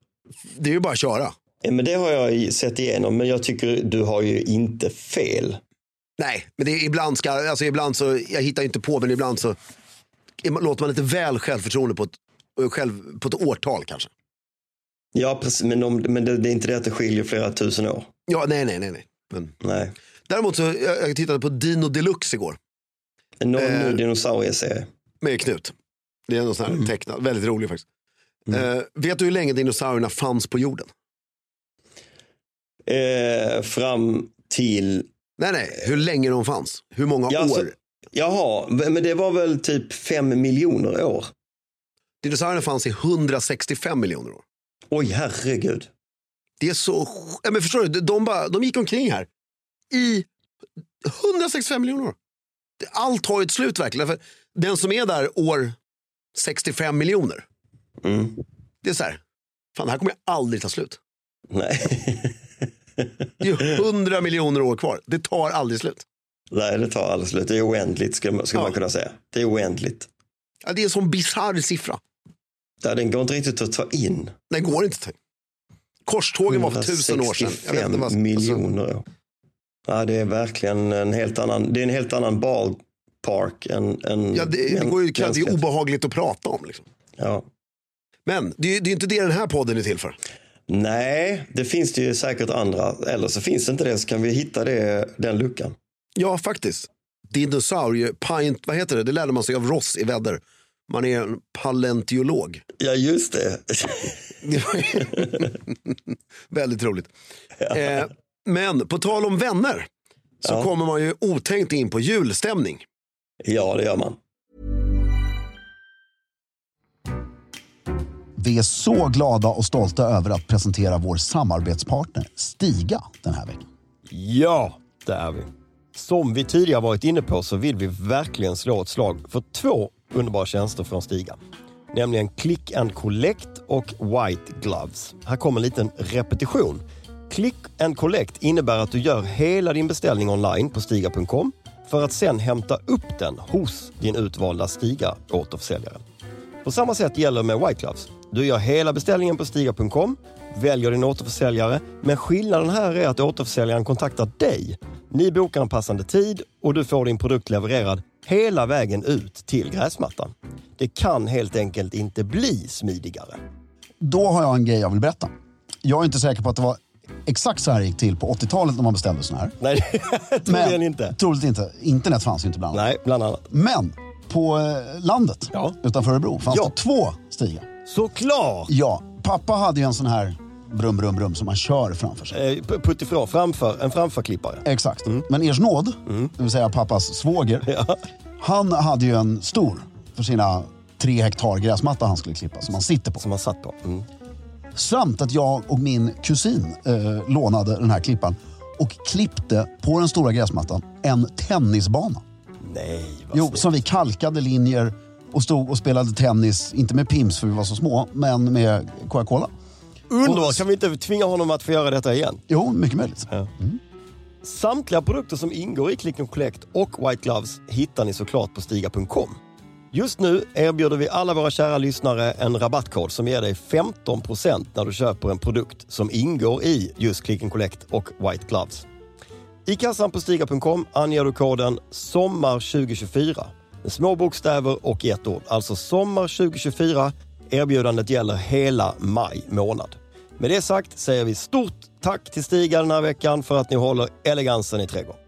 [SPEAKER 3] Det är ju bara att köra.
[SPEAKER 2] eh, men det har jag ju sett igenom. Men jag tycker du har ju inte fel.
[SPEAKER 3] Nej, men det är ibland ska, alltså ibland så, jag hittar inte på, men ibland så är man- låter man lite väl självförtroende på ett, själv, på ett årtal kanske.
[SPEAKER 2] Ja, precis, men, om, men det, det är inte det att det skiljer flera tusen år.
[SPEAKER 3] Ja, nej, nej, nej. nej. Men,
[SPEAKER 2] Nej.
[SPEAKER 3] däremot så, jag, jag tittade på Dino Deluxe igår.
[SPEAKER 2] En no-
[SPEAKER 3] Eh.
[SPEAKER 2] ny dinosaurie-serie.
[SPEAKER 3] med Knut. Det är någon sån här tecknad, väldigt rolig faktiskt. Eh, vet du hur länge dinosaurierna fanns på jorden?
[SPEAKER 2] Eh, fram till...
[SPEAKER 3] Nej, nej, hur länge de fanns. Hur många
[SPEAKER 2] Ja,
[SPEAKER 3] år?
[SPEAKER 2] alltså, jaha, men det var väl typ fem miljoner år?
[SPEAKER 3] Dinosaurierna fanns i 165 miljoner år.
[SPEAKER 2] Oj, herregud.
[SPEAKER 3] Det är så... sj- Ja, men förstår du, de, bara, de gick omkring här i 165 miljoner år. Det- Allt har ju ett slut verkligen. För den som är där år 65 miljoner,
[SPEAKER 2] Mm.
[SPEAKER 3] det är så här, fan det här kommer ju aldrig ta slut.
[SPEAKER 2] Nej.
[SPEAKER 3] Det är ju 100 miljoner år kvar, det tar aldrig slut.
[SPEAKER 2] Nej, det tar aldrig slut. Det är oändligt, skulle man, skulle
[SPEAKER 3] Ja.
[SPEAKER 2] man kunna säga. Det är oändligt.
[SPEAKER 3] Ja, det är en sån bisarr siffra.
[SPEAKER 2] Ja, den går inte riktigt att ta in.
[SPEAKER 3] Den går inte. till. Korstågen var för tusen år sedan. Jag vet inte
[SPEAKER 2] 165
[SPEAKER 3] vad-
[SPEAKER 2] miljoner år. Ja, det är verkligen en helt annan, det är en helt annan ballpark än, än
[SPEAKER 3] Ja, det, det, går ju, det är
[SPEAKER 2] mänsklighet.
[SPEAKER 3] obehagligt att prata om. Liksom.
[SPEAKER 2] ja.
[SPEAKER 3] Men det är ju det är ju inte det den här podden är till för.
[SPEAKER 2] Nej, det finns det ju säkert andra. Eller så finns det inte det, så kan vi hitta det, den luckan.
[SPEAKER 3] Ja, faktiskt. Dinosaurie, pint, vad heter det? Det lärde man sig av Ross i väder. Man är en paleontolog.
[SPEAKER 2] Ja, just det.
[SPEAKER 3] Det var ju Väldigt roligt. Eh, men på tal om vänner så
[SPEAKER 2] Ja.
[SPEAKER 3] kommer man ju otänkt in på julstämning.
[SPEAKER 2] ja, det gör man.
[SPEAKER 1] Vi är så glada och stolta över att presentera vår samarbetspartner Stiga den här veckan.
[SPEAKER 2] Ja, det är vi. Som vi tidigare varit inne på så vill vi verkligen slå ett slag för två underbara tjänster från Stiga. Nämligen Click and Collect och White Gloves. Här kommer en liten repetition. Click and Collect innebär att du gör hela din beställning online på stiga.com för att sen hämta upp den hos din utvalda Stiga återförsäljare. På samma sätt gäller med White Gloves. Du gör hela beställningen på Stiga.com, väljer din återförsäljare, men skillnaden här är att återförsäljaren kontaktar dig. Ni bokar en passande tid och du får din produkt levererad hela vägen ut till gräsmattan. Det kan helt enkelt inte bli smidigare.
[SPEAKER 1] Då har jag en grej jag vill berätta. Jag är inte säker på att det var exakt så här det gick till på 80-talet när man beställde såna här.
[SPEAKER 2] Nej, troligen inte.
[SPEAKER 1] Troligt inte. Internet fanns ju inte bland annat.
[SPEAKER 2] Nej, bland annat.
[SPEAKER 1] Men på eh, landet
[SPEAKER 2] Ja.
[SPEAKER 1] utanför Örebro fanns
[SPEAKER 2] Ja.
[SPEAKER 1] det två stigar.
[SPEAKER 2] Såklart!
[SPEAKER 1] Ja, pappa hade ju en sån här brum, brum, brum som man kör framför sig.
[SPEAKER 2] Eh, p- Puttifrån, framför, en framförklippare.
[SPEAKER 1] Exakt.
[SPEAKER 2] Mm.
[SPEAKER 1] Men ers nåd, det vill säga pappas svåger, han hade ju en stor för sina tre hektar gräsmatta han skulle klippa som han sitter på.
[SPEAKER 2] Som man satt på. Mm.
[SPEAKER 1] Samt att jag och min kusin eh, lånade den här klippan och klippte på den stora gräsmattan en tennisbana.
[SPEAKER 2] Nej, vad
[SPEAKER 1] Jo,
[SPEAKER 2] snyggt.
[SPEAKER 1] som vi kalkade linjer och stod och spelade tennis, inte med Pims för vi var så små, men med Coca-Cola.
[SPEAKER 2] Underbart! Kan vi inte tvinga honom att få göra detta igen?
[SPEAKER 1] Jo, mycket möjligt.
[SPEAKER 2] Samtliga produkter som ingår i Click and Collect och White Gloves hittar ni såklart på Stiga.com. Just nu erbjuder vi alla våra kära lyssnare en rabattkod som ger dig 15% när du köper en produkt som ingår i just Click and Collect och White Gloves. I kassan på Stiga.com anger du koden SOMMAR2024 med små bokstäver och i ett ord. Alltså SOMMAR2024. Erbjudandet gäller hela maj månad. Med det sagt säger vi stort tack till Stiga den här veckan för att ni håller elegansen i trädgården.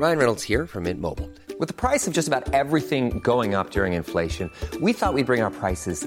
[SPEAKER 4] Ryan Reynolds here from Mint Mobile. With the price of just about everything going up during inflation, we thought we'd bring our prices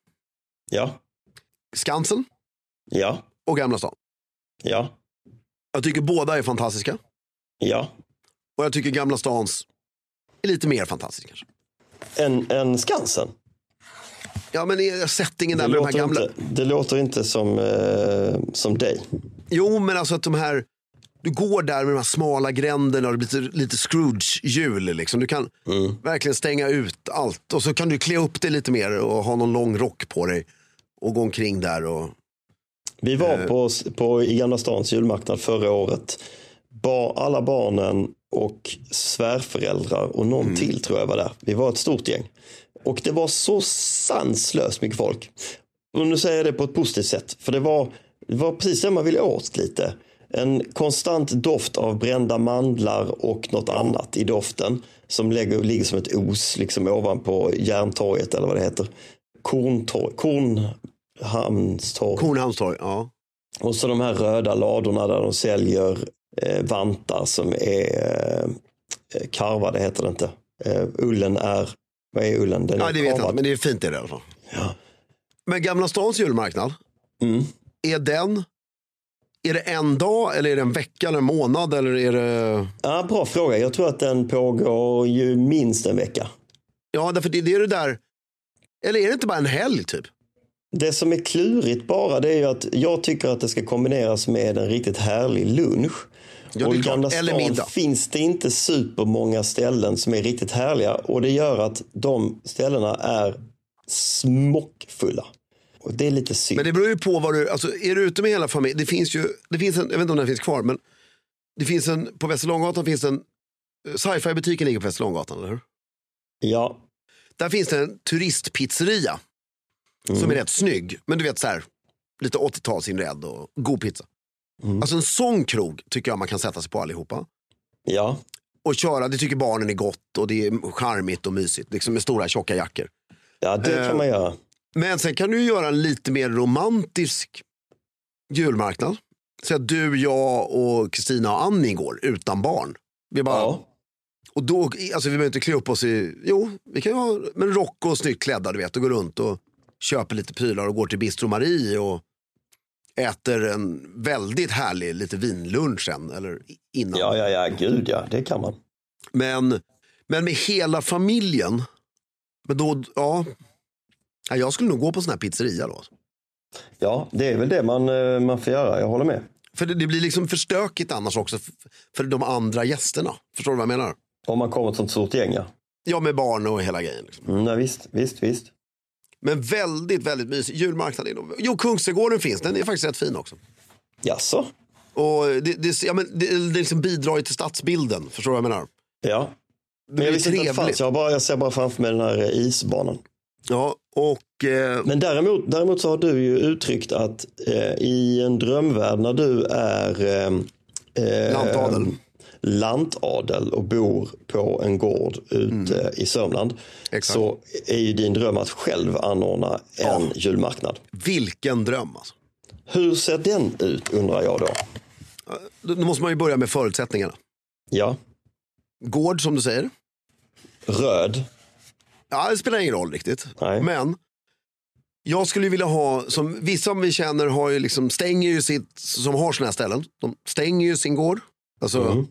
[SPEAKER 2] Ja,
[SPEAKER 3] Skansen
[SPEAKER 2] ja,
[SPEAKER 3] och Gamla stan.
[SPEAKER 2] ja,
[SPEAKER 3] Jag tycker båda är fantastiska.
[SPEAKER 2] ja.
[SPEAKER 3] Och jag tycker Gamla stans är lite mer fantastisk kanske.
[SPEAKER 2] En, en Skansen.
[SPEAKER 3] Ja men eh, settingen
[SPEAKER 2] Det
[SPEAKER 3] där med de här
[SPEAKER 2] låter,
[SPEAKER 3] gamla.
[SPEAKER 2] inte, det låter inte som, eh, som dig.
[SPEAKER 3] Jo men alltså att de här. Du går där med de här smala gränderna och det blir lite, lite Scrooge-hjul. Liksom. Du kan verkligen stänga ut allt. Och så kan du klä upp dig lite mer och ha någon lång rock på dig. Och gå omkring där. Och...
[SPEAKER 2] Vi var på, på i Gamla stans julmarknad förra året. Bar, alla barnen och svärföräldrar och någon till tror jag var där. Vi var ett stort gäng. Och det var så sanslöst mycket folk. Och nu säger jag det på ett positivt sätt. För det var, det var precis det man ville åt lite. en konstant doft av brända mandlar och något annat i doften. Som lägger, ligger som ett os liksom ovanpå Järntorget eller vad det heter. Korntorg, Kornhamnstorg.
[SPEAKER 1] Kornhamnstorg, ja.
[SPEAKER 2] Och så de här röda ladorna där de säljer eh, vantar som är eh, karvade, heter det inte. Eh, ullen är, vad är ullen? Den
[SPEAKER 1] Ja,
[SPEAKER 2] är
[SPEAKER 1] det vet jag inte,
[SPEAKER 2] karvad.
[SPEAKER 1] men det är fint i det i alla fall. Men Gamla stans julmarknad,
[SPEAKER 2] Mm.
[SPEAKER 1] är den, är det en dag eller är det en vecka eller en månad eller är det?
[SPEAKER 2] Ja, bra fråga. Jag tror att den pågår ju minst en vecka.
[SPEAKER 1] Ja, därför det, det är det där, eller är det inte bara en helg typ?
[SPEAKER 2] Det som är klurigt bara det är ju att jag tycker att det ska kombineras med en riktigt härlig lunch.
[SPEAKER 1] det är
[SPEAKER 2] och i
[SPEAKER 1] klart.
[SPEAKER 2] Gamla
[SPEAKER 1] Eller
[SPEAKER 2] stan
[SPEAKER 1] middag.
[SPEAKER 2] finns det inte supermånga ställen som är riktigt härliga och det gör att de ställena är smockfulla. Och det är lite synd.
[SPEAKER 1] Men det beror ju på vad du, alltså är du ute med hela familjen, det finns ju, det finns en, jag vet inte om den finns kvar, men det finns en, på Västerlånggatan finns en, sci-fi butiken ligger på Västerlånggatan, eller hur?
[SPEAKER 2] Ja,
[SPEAKER 1] Där finns det en turistpizzeria. Som är rätt snygg. Men du vet så här, lite 80-talsinredd och god pizza. Alltså en sån krog tycker jag man kan sätta sig på allihopa.
[SPEAKER 2] ja.
[SPEAKER 1] Och köra, det tycker barnen är gott och det är charmigt och mysigt. Liksom med stora tjocka jackor.
[SPEAKER 2] ja det
[SPEAKER 1] Eh,
[SPEAKER 2] kan man göra.
[SPEAKER 1] Men sen kan du ju göra en lite mer romantisk julmarknad. Så att du, jag och Kristina och Annie går utan barn. Vi bara,
[SPEAKER 2] Ja.
[SPEAKER 1] Och då, alltså vi behöver inte klä upp oss i, jo, vi kan ju ha, men rock och snyggt klädda du vet och gå runt och köper lite prylar och går till Bistro Marie och äter en väldigt härlig lite vinlunch sen eller innan.
[SPEAKER 2] ja, ja, ja, gud ja, det kan man.
[SPEAKER 1] Men, men med hela familjen, men då, ja. Ja, Jag skulle nog gå på sån här pizzeria då.
[SPEAKER 2] Ja, det är väl det man, eh, man får göra, jag håller med.
[SPEAKER 1] För det, det blir liksom för stökigt annars också för, för de andra gästerna. Förstår du vad jag menar?
[SPEAKER 2] Om man kommer till ett stort gäng, ja.
[SPEAKER 1] Ja, med barn och hela grejen. Liksom.
[SPEAKER 2] Mm, ja visst, visst, visst.
[SPEAKER 1] Men väldigt, väldigt mysig. Julmarknad är nog- Jo, Kungsträdgården finns. Den är faktiskt rätt fin också.
[SPEAKER 2] Jaså?
[SPEAKER 1] Och det, det, ja, men det, det liksom bidrar ju till stadsbilden. Förstår du vad jag menar?
[SPEAKER 2] Ja. Men jag
[SPEAKER 1] blir
[SPEAKER 2] visste inte att det
[SPEAKER 1] trevligt.
[SPEAKER 2] fanns. Jag, har bara, jag ser bara framför mig den här eh, isbanan.
[SPEAKER 1] Ja, och... Eh,
[SPEAKER 2] Men däremot, däremot så har du ju uttryckt att eh, i en drömvärld när du är eh, eh,
[SPEAKER 1] Lantadel.
[SPEAKER 2] lantadel och bor på en gård ute i Sörmland
[SPEAKER 1] Mm. Exakt.
[SPEAKER 2] så är ju din dröm att själv anordna en julmarknad.
[SPEAKER 1] vilken dröm alltså.
[SPEAKER 2] Hur ser den ut undrar jag då?
[SPEAKER 1] Då då måste man ju börja med förutsättningarna.
[SPEAKER 2] Ja,
[SPEAKER 1] Gård som du säger.
[SPEAKER 2] röd.
[SPEAKER 1] Ja, det spelar ingen roll riktigt.
[SPEAKER 2] Nej.
[SPEAKER 1] Men jag skulle ju vilja ha, som vissa som vi känner har ju liksom, stänger ju sitt, som har såna här ställen, de stänger ju sin gård. Alltså,
[SPEAKER 2] Mm.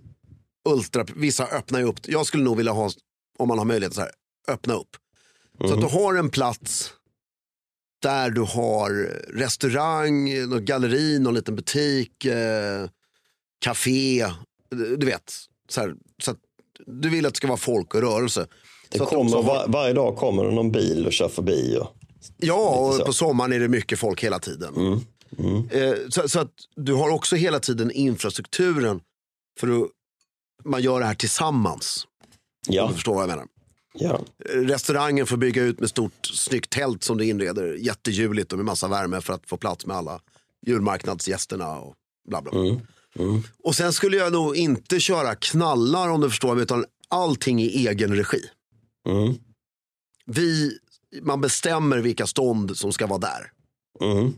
[SPEAKER 1] ultra, vissa öppnar ju upp. Jag skulle nog vilja ha, om man har möjlighet, så här, öppna upp. Så
[SPEAKER 2] Mm.
[SPEAKER 1] att du har en plats där du har restaurang, något galleri, någon liten butik, eh, café, du vet. Så, här, så att du vill att det ska vara folk och rörelse.
[SPEAKER 2] Det
[SPEAKER 1] Så att de
[SPEAKER 2] kommer,
[SPEAKER 1] som har-
[SPEAKER 2] var, varje dag kommer det någon bil och kör förbi. Och,
[SPEAKER 1] Ja,
[SPEAKER 2] så. Mm,
[SPEAKER 1] och på sommaren är det mycket folk hela tiden. Eh, Så, så att du har också hela tiden infrastrukturen för att man gör det här tillsammans. Om
[SPEAKER 2] ja,
[SPEAKER 1] du förstår vad jag menar.
[SPEAKER 2] ja.
[SPEAKER 1] Eh, Restaurangen får bygga ut med stort snyggt tält som du inreder jättejuligt och med massa värme för att få plats med alla julmarknadsgästerna och bla bla. bla.
[SPEAKER 2] Mm,
[SPEAKER 1] Och sen skulle jag nog inte köra knallar om du förstår mig utan allting i egen regi.
[SPEAKER 2] Mm,
[SPEAKER 1] Vi, man bestämmer vilka stånd som ska vara där.
[SPEAKER 2] mm,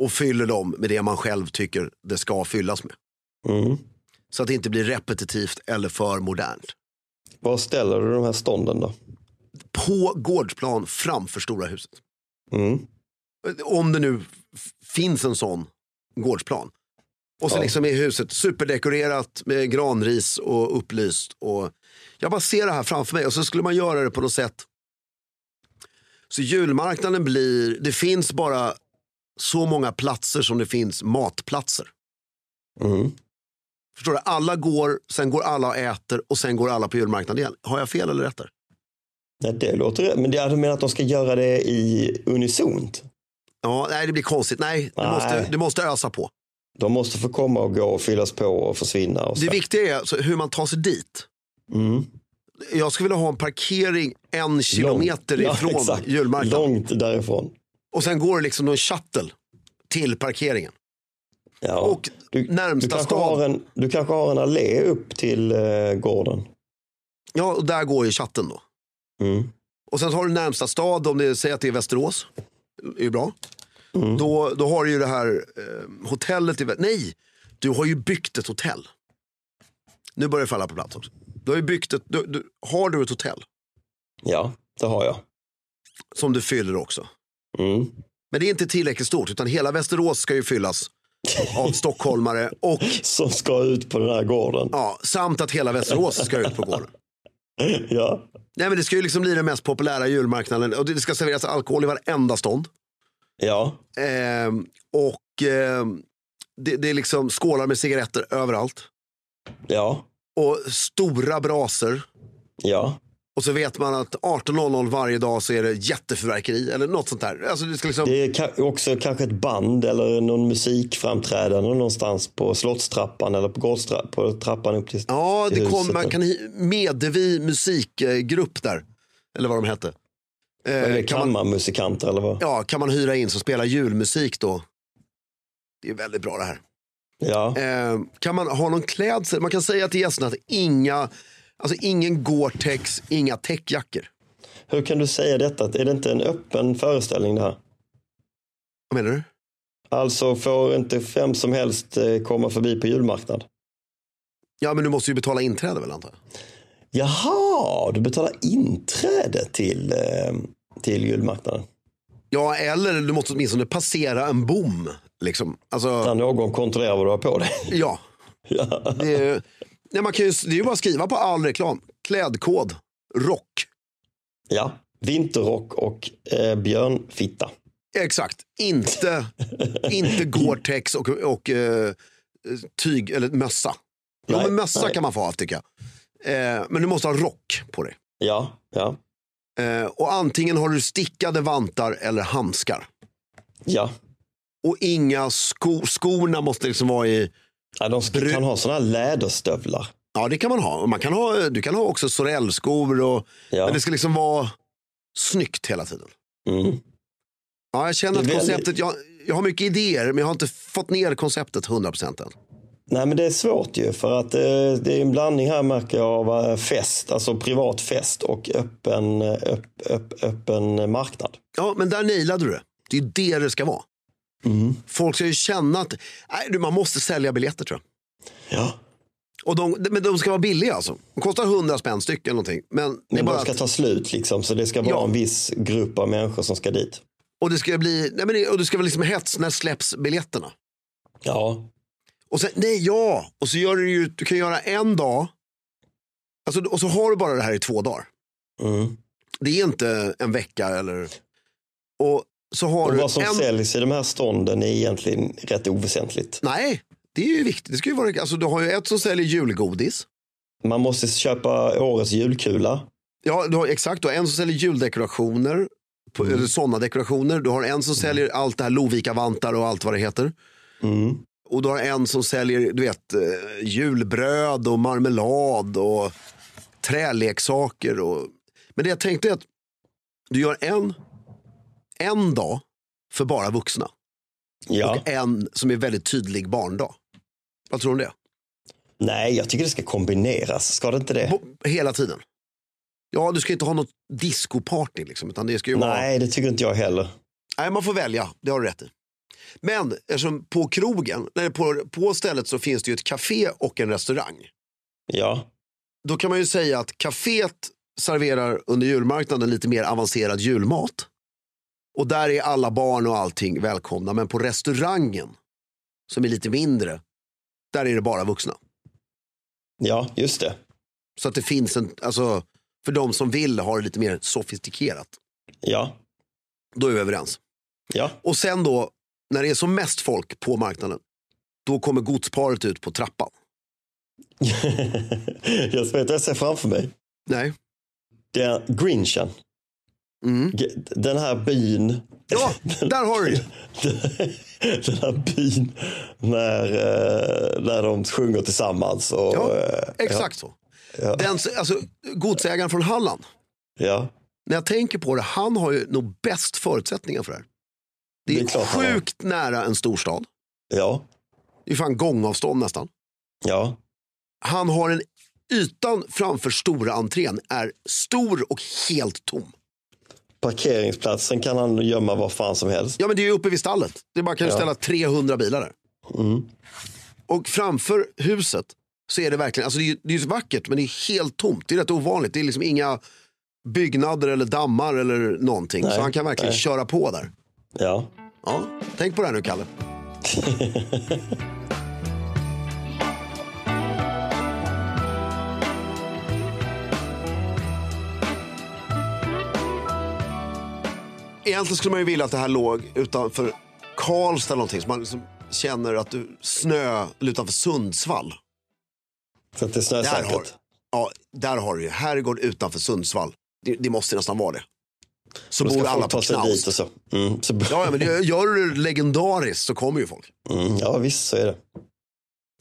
[SPEAKER 1] och fyller dem med det man själv tycker det ska fyllas med.
[SPEAKER 2] mm.
[SPEAKER 1] Så att det inte blir repetitivt eller för modernt.
[SPEAKER 2] Var ställer du de här stånden då?
[SPEAKER 1] På gårdsplan framför stora huset.
[SPEAKER 2] Mm.
[SPEAKER 1] Om det nu f- finns en sån gårdsplan. Och så
[SPEAKER 2] Ja.
[SPEAKER 1] liksom är huset superdekorerat med granris och upplyst. Och jag bara ser det här framför mig och så skulle man göra det på något sätt. Så julmarknaden blir, det finns bara så många platser som det finns matplatser.
[SPEAKER 2] Mm.
[SPEAKER 1] Förstår du? Alla går, sen går alla och äter och sen går alla på julmarknaden igen. Har jag fel eller rätt där?
[SPEAKER 2] Nej, det låter rätt. Men det- du menar att de ska göra det i unisont?
[SPEAKER 1] Ja, nej det blir konstigt. Nej, du,
[SPEAKER 2] Nej.
[SPEAKER 1] Måste, du måste ösa på.
[SPEAKER 2] De måste få komma och gå och fyllas på och försvinna. Och så.
[SPEAKER 1] Det viktiga är alltså hur man tar sig dit.
[SPEAKER 2] Mm.
[SPEAKER 1] Jag skulle vilja ha en parkering en kilometer
[SPEAKER 2] Långt.
[SPEAKER 1] ifrån
[SPEAKER 2] exakt.
[SPEAKER 1] julmarknaden.
[SPEAKER 2] Långt därifrån.
[SPEAKER 1] Och sen går det liksom någon shuttle till parkeringen.
[SPEAKER 2] Ja.
[SPEAKER 1] Och närmsta
[SPEAKER 2] du kanske
[SPEAKER 1] stad.
[SPEAKER 2] Har en, du kanske har en allé upp till eh, gården.
[SPEAKER 1] Ja, och där går ju chatten då.
[SPEAKER 2] Mm.
[SPEAKER 1] Och sen har du närmsta stad, om det säger att det är Västerås. är ju bra. Då, då har du ju det här eh, hotellet i Vä- Nej, du har ju byggt ett hotell. Nu börjar det falla på plats också. Du har ju byggt ett, du, du, har du ett hotell
[SPEAKER 2] Ja, det har jag.
[SPEAKER 1] som du fyller också?
[SPEAKER 2] Mm.
[SPEAKER 1] Men det är inte tillräckligt stort, utan hela Västerås ska ju fyllas av stockholmare och
[SPEAKER 2] Som ska ut på den här gården.
[SPEAKER 1] ja, samt att hela Västerås ska ut på gården.
[SPEAKER 2] Ja.
[SPEAKER 1] Nej men det ska ju liksom bli den mest populära julmarknaden och det ska serveras alkohol i varenda stånd.
[SPEAKER 2] Ja.
[SPEAKER 1] Ehm, och ehm, det, det är liksom skålar med cigaretter överallt.
[SPEAKER 2] Ja.
[SPEAKER 1] Och stora braser.
[SPEAKER 2] Ja.
[SPEAKER 1] Och så vet man att 18.00 varje dag så är det jättefyrverkeri eller något sånt där. Alltså det ska liksom,
[SPEAKER 2] Det är ka- också kanske ett band eller någon musikframträdande någonstans på slottstrappan eller på, gårdstra- på trappan upp till
[SPEAKER 1] ja,
[SPEAKER 2] till
[SPEAKER 1] det kom,
[SPEAKER 2] huset.
[SPEAKER 1] man kan, hi- Medevi musikgrupp där. Eller vad de hette. Ehm,
[SPEAKER 2] Eller
[SPEAKER 1] kan man,
[SPEAKER 2] kammarmusikanter eller vad?
[SPEAKER 1] ja, kan man hyra in som spelar julmusik då. Det är väldigt bra det här.
[SPEAKER 2] Ja.
[SPEAKER 1] Eh, kan man ha någon klädsel? Man kan säga till gästerna att inga, alltså ingen Gore-Tex, inga täckjackor.
[SPEAKER 2] Hur kan du säga detta? Är det inte en öppen föreställning det här?
[SPEAKER 1] Vad menar du?
[SPEAKER 2] Alltså får inte vem som helst eh, komma förbi på julmarknad?
[SPEAKER 1] Ja, men du måste ju betala inträde väl antar jag?
[SPEAKER 2] Jaha, du betalar inträde till, eh, till julmarknaden.
[SPEAKER 1] Ja, eller du måste åtminstone passera en bom. Liksom. Alltså,
[SPEAKER 2] När någon kontrollerar vad du har på dig.
[SPEAKER 1] ja.
[SPEAKER 2] ja.
[SPEAKER 1] Det är, nej, man kan ju, det är ju bara att skriva på all reklam. Klädkod, rock.
[SPEAKER 2] ja, vinterrock och eh, björnfitta.
[SPEAKER 1] Exakt. Inte, inte Gore-Tex och, och eh, tyg eller mössa. Jo,
[SPEAKER 2] Nej,
[SPEAKER 1] men mössa
[SPEAKER 2] nej.
[SPEAKER 1] kan man få ha tycker jag. Eh, men du måste ha rock på dig.
[SPEAKER 2] Ja, ja,
[SPEAKER 1] Eh, och antingen har du stickade vantar eller handskar.
[SPEAKER 2] ja.
[SPEAKER 1] Och inga sko, skorna måste liksom vara i...
[SPEAKER 2] ja de ska, kan ha sådana här läderstövlar.
[SPEAKER 1] Ja, det kan man ha. Och Man kan ha du kan ha också sorellskor. Och,
[SPEAKER 2] Ja.
[SPEAKER 1] Men det ska liksom vara snyggt hela tiden.
[SPEAKER 2] Mm.
[SPEAKER 1] Ja, jag känner
[SPEAKER 2] Det är
[SPEAKER 1] att
[SPEAKER 2] väldigt-
[SPEAKER 1] konceptet... Jag, jag har mycket idéer, men jag har inte fått ner konceptet 100% än.
[SPEAKER 2] Nej, men det är svårt ju för att eh, det är en blandning här märker jag av eh, fest, alltså privat fest och öppen, eh, öpp, öpp, öppen marknad.
[SPEAKER 1] Ja, men där nailade du det. Det är ju det det ska vara.
[SPEAKER 2] Mm.
[SPEAKER 1] Folk ska ju känna att... Nej, du, man måste sälja biljetter tror jag.
[SPEAKER 2] Ja,
[SPEAKER 1] Och de, men de ska vara billiga alltså. De kostar 100 spänn styck eller någonting. Men, det är
[SPEAKER 2] men
[SPEAKER 1] bara
[SPEAKER 2] de ska
[SPEAKER 1] att-
[SPEAKER 2] ta slut liksom så det ska vara
[SPEAKER 1] Ja.
[SPEAKER 2] en viss grupp av människor som ska dit.
[SPEAKER 1] Och det ska bli, nej men det, och det ska vara liksom hets, när släpps biljetterna?
[SPEAKER 2] Ja,
[SPEAKER 1] Och sen, nej ja, och så gör du ju, du kan göra en dag, alltså, och så har du bara det här i två dagar.
[SPEAKER 2] mm.
[SPEAKER 1] Det är inte en vecka eller, och så har
[SPEAKER 2] och
[SPEAKER 1] du
[SPEAKER 2] vad som
[SPEAKER 1] en,
[SPEAKER 2] säljs i de här stånden är egentligen rätt oväsentligt.
[SPEAKER 1] nej, det är ju viktigt, det ska ju vara, alltså du har ju ett som säljer julgodis,
[SPEAKER 2] Man måste köpa årets julkula.
[SPEAKER 1] ja du har, exakt, du har en som säljer juldekorationer, på,
[SPEAKER 2] Mm.
[SPEAKER 1] eller sådana dekorationer, du har en som säljer allt det här Lovika-vantar och allt vad det heter.
[SPEAKER 2] Mm.
[SPEAKER 1] Och du har en som säljer du vet, eh, julbröd och marmelad och träleksaker. Och... Men det jag tänkte är att du gör en, en dag för bara vuxna.
[SPEAKER 2] Ja.
[SPEAKER 1] Och en som är väldigt tydlig barndag. Vad tror du om det?
[SPEAKER 2] Nej, jag tycker det ska kombineras. Ska det inte det?
[SPEAKER 1] På, hela tiden. Ja, du ska inte ha något discoparty liksom. Utan det ska ju vara...
[SPEAKER 2] Nej, det tycker inte jag heller.
[SPEAKER 1] Nej, man får välja. Det har du rätt i. Men eftersom på krogen, nej, på, på stället så finns det ju ett café och en restaurang.
[SPEAKER 2] Ja,
[SPEAKER 1] då kan man ju säga att kaféet serverar under julmarknaden lite mer avancerad julmat. Och där är alla barn och allting välkomna. Men på restaurangen, som är lite mindre, där är det bara vuxna.
[SPEAKER 2] ja just det.
[SPEAKER 1] Så att det finns en, alltså, för de som vill ha det lite mer sofistikerat.
[SPEAKER 2] Ja,
[SPEAKER 1] Då är vi överens.
[SPEAKER 2] ja.
[SPEAKER 1] Och sen då, när det är som mest folk på marknaden, då kommer godsparet ut på trappan.
[SPEAKER 2] jag vet vad jag ser framför mig.
[SPEAKER 1] Nej.
[SPEAKER 2] Det är Grinchen. G- Den här byn.
[SPEAKER 1] Mm. Ja, där har du det.
[SPEAKER 2] Den här byn när, eh, när de sjunger tillsammans. Och,
[SPEAKER 1] Ja,
[SPEAKER 2] eh,
[SPEAKER 1] exakt så. Den, alltså, godsägaren från Halland.
[SPEAKER 2] Ja,
[SPEAKER 1] när jag tänker på det, han har ju nog bäst förutsättningar för det här. Det är,
[SPEAKER 2] Det är klart han har.
[SPEAKER 1] sjukt nära en storstad.
[SPEAKER 2] ja,
[SPEAKER 1] Det är fan gångavstånd nästan.
[SPEAKER 2] Ja.
[SPEAKER 1] Han har en... Ytan framför stora entrén är stor och helt tom.
[SPEAKER 2] Parkeringsplatsen kan han gömma var fan som helst.
[SPEAKER 1] Ja, men det är ju uppe vid stallet. Det är bara kan du ställa 300 bilar där. Och framför huset så är det verkligen, alltså det är ju det är ju vackert men det är helt tomt. Det är rätt ovanligt. Det är liksom inga byggnader eller dammar eller någonting. så han kan verkligen köra på där.
[SPEAKER 2] Ja.
[SPEAKER 1] Ja, tänk på det här nu Kalle. Egentligen skulle man ju vilja att det här låg utanför Karlstad eller någonting. Så man liksom känner att du snö, eller utanför Sundsvall.
[SPEAKER 2] Så att det är
[SPEAKER 1] Där har,
[SPEAKER 2] snösäkert.
[SPEAKER 1] ja, där har du ju. Herrgård utanför Sundsvall. Det, det måste nästan vara det. Så
[SPEAKER 2] Då
[SPEAKER 1] bor
[SPEAKER 2] ska
[SPEAKER 1] alla
[SPEAKER 2] folk
[SPEAKER 1] på
[SPEAKER 2] ta sig
[SPEAKER 1] knaust.
[SPEAKER 2] dit och så. Mm, så
[SPEAKER 1] Ja, ja, men det- gör du det legendariskt så kommer ju folk.
[SPEAKER 2] mm, ja, visst så är det.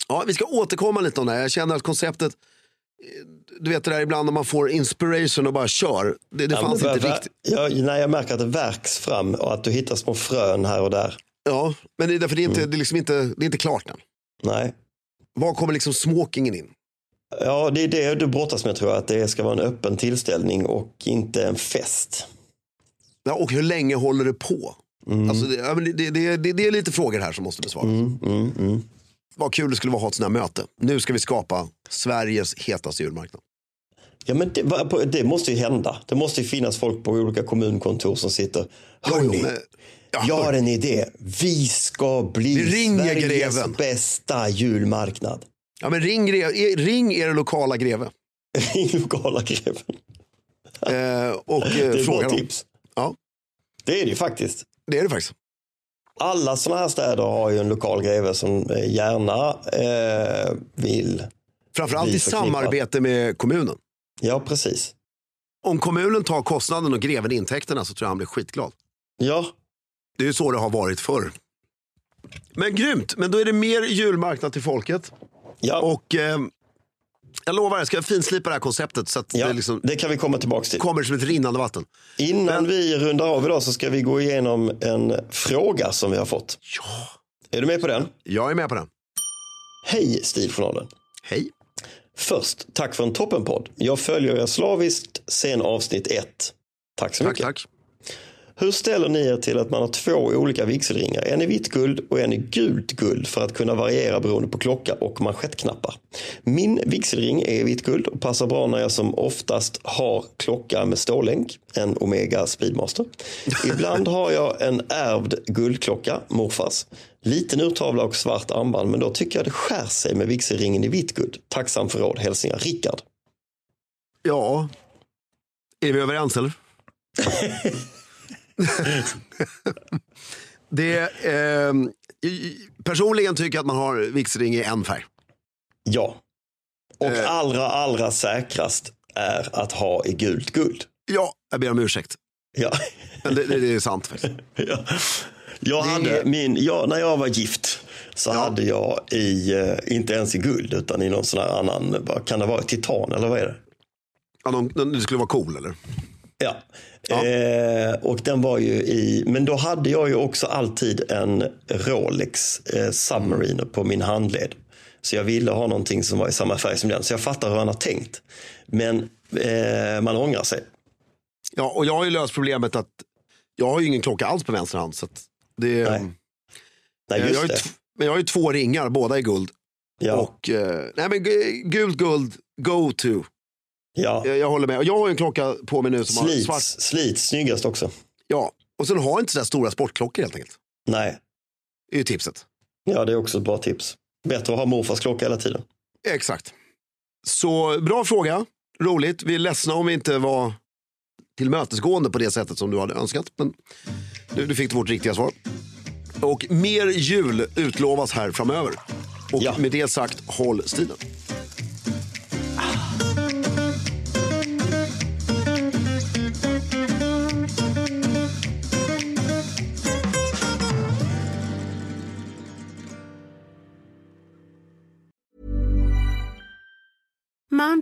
[SPEAKER 1] Ja, vi ska återkomma lite om det här. Jag känner att konceptet, eh, du vet det där ibland när man får inspiration och bara kör. Det, det
[SPEAKER 2] Ja,
[SPEAKER 1] fanns
[SPEAKER 2] men-
[SPEAKER 1] inte
[SPEAKER 2] va-
[SPEAKER 1] riktigt.
[SPEAKER 2] Ja, nej, jag märker att det verks fram och att du hittar små frön här och där.
[SPEAKER 1] Ja, men det är därför det är inte, det är liksom inte, det är inte klart än.
[SPEAKER 2] Nej.
[SPEAKER 1] Var kommer liksom smokingen in?
[SPEAKER 2] Ja, det är det du brottas med tror jag, att det ska vara en öppen tillställning och inte en fest.
[SPEAKER 1] Ja, och hur länge håller det på?
[SPEAKER 2] Mm.
[SPEAKER 1] Alltså, det, ja, men det, det, det, det, det är lite frågor här som måste besvaras.
[SPEAKER 2] mm,
[SPEAKER 1] Vad kul det skulle vara att ha ett sånt här möte. Nu ska vi skapa Sveriges hetaste julmarknad.
[SPEAKER 2] Ja, men det, va- på- det måste ju hända. Det måste ju finnas folk på olika kommunkontor som sitter. Hörni,
[SPEAKER 1] men- ja,
[SPEAKER 2] jag har
[SPEAKER 1] hörni."
[SPEAKER 2] en idé. Vi ska bli
[SPEAKER 1] Vi ringer
[SPEAKER 2] Sveriges
[SPEAKER 1] greven."
[SPEAKER 2] bästa julmarknad.
[SPEAKER 1] Ja, men ring, gre- er- ring er lokala greve
[SPEAKER 2] Ring lokala greven.
[SPEAKER 1] eh, och
[SPEAKER 2] Det
[SPEAKER 1] eh, fråga
[SPEAKER 2] är ett bra
[SPEAKER 1] dem.
[SPEAKER 2] tips.
[SPEAKER 1] Ja,
[SPEAKER 2] Det är det ju faktiskt.
[SPEAKER 1] det är det faktiskt.
[SPEAKER 2] Alla sådana här städer har ju en lokal greve som eh, gärna eh, vill.
[SPEAKER 1] Framförallt
[SPEAKER 2] Vi
[SPEAKER 1] i
[SPEAKER 2] förknippar-
[SPEAKER 1] samarbete med kommunen.
[SPEAKER 2] Ja, precis.
[SPEAKER 1] Om kommunen tar kostnaden och greven intäkterna så tror jag han blir skitglad.
[SPEAKER 2] Ja,
[SPEAKER 1] Det är ju så det har varit förr. Men grymt, men då är det mer julmarknad till folket.
[SPEAKER 2] ja.
[SPEAKER 1] Och eh, jag lovar, jag ska finslipa det här konceptet så att
[SPEAKER 2] ja.
[SPEAKER 1] det
[SPEAKER 2] Det,
[SPEAKER 1] liksom
[SPEAKER 2] kan vi komma tillbaka till.
[SPEAKER 1] kommer som ett rinnande vatten.
[SPEAKER 2] Innan vi rundar av idag så ska vi gå igenom en fråga som vi har fått. Ja. Är du med på den?
[SPEAKER 1] Jag är med på den.
[SPEAKER 2] Hej Stiljournalen!
[SPEAKER 1] Hej.
[SPEAKER 2] Först, tack för en toppenpodd. Jag följer er slaviskt sen avsnitt ett. Tack så
[SPEAKER 1] Tack,
[SPEAKER 2] mycket.
[SPEAKER 1] tack.
[SPEAKER 2] Hur ställer ni er till att man har två olika vigselringar? En i vitt guld och en i gult guld för att kunna variera beroende på klocka och manschettknappar. Min vigselring är i vitt guld och passar bra när jag som oftast har klocka med stålänk, en Omega Speedmaster. Ibland har jag en ärvd guldklocka, morfars. Liten urtavla och svart armband, men då tycker jag det skär sig med vigselringen i vitt guld. Tacksam för råd. Hälsningar Rickard.
[SPEAKER 1] Ja, är vi överens eller? det, eh, i- personligen tycker jag att man har vigselring i en färg.
[SPEAKER 2] Ja. Och allra, allra säkrast är att ha i gult guld.
[SPEAKER 1] Ja, jag ber om ursäkt.
[SPEAKER 2] Ja.
[SPEAKER 1] Men det, det, det är sant faktiskt.
[SPEAKER 2] ja. Jag
[SPEAKER 1] Det-
[SPEAKER 2] hade min, ja, när jag var gift så hade jag i, eh, inte ens i guld utan i någon sån här annan, vad kan det vara, titan eller vad är det?
[SPEAKER 1] Ja, någon, någon, det skulle vara cool eller?
[SPEAKER 2] Ja. Eh, och den var ju i, men då hade jag ju också alltid en Rolex eh, Submariner på min handled. Så jag ville ha någonting som var i samma färg som den. Så jag fattar hur han har tänkt. Men eh, man ångrar sig.
[SPEAKER 1] Ja, och jag har ju löst problemet att jag har ju ingen klocka alls på vänster hand. Så att det, ehm,
[SPEAKER 2] Nej, Nej,
[SPEAKER 1] jag,
[SPEAKER 2] just
[SPEAKER 1] har ju
[SPEAKER 2] det.
[SPEAKER 1] tv- men jag har ju två ringar, båda i guld.
[SPEAKER 2] Ja,
[SPEAKER 1] Och, eh, nej men gu- gult guld, go to.
[SPEAKER 2] ja.
[SPEAKER 1] Jag, jag håller med. Och Jag har ju en klocka på mig nu eh, som
[SPEAKER 2] Slits,
[SPEAKER 1] har svart.
[SPEAKER 2] slits, snyggast också.
[SPEAKER 1] Ja, och sen har jag inte så där stora sportklockor helt enkelt.
[SPEAKER 2] Nej,
[SPEAKER 1] Det är ju tipset.
[SPEAKER 2] ja det är också ett bra tips. Bättre att ha morfars klocka hela tiden.
[SPEAKER 1] Exakt. Så bra fråga, roligt. Vi är ledsna om vi inte var tillmötesgående på det sättet som du hade önskat. Men du, du fick vårt riktiga svar. Och mer jul utlovas här framöver. Och
[SPEAKER 2] Ja.
[SPEAKER 1] med det sagt, håll stilen.
[SPEAKER 5] Mom
[SPEAKER 6] Mom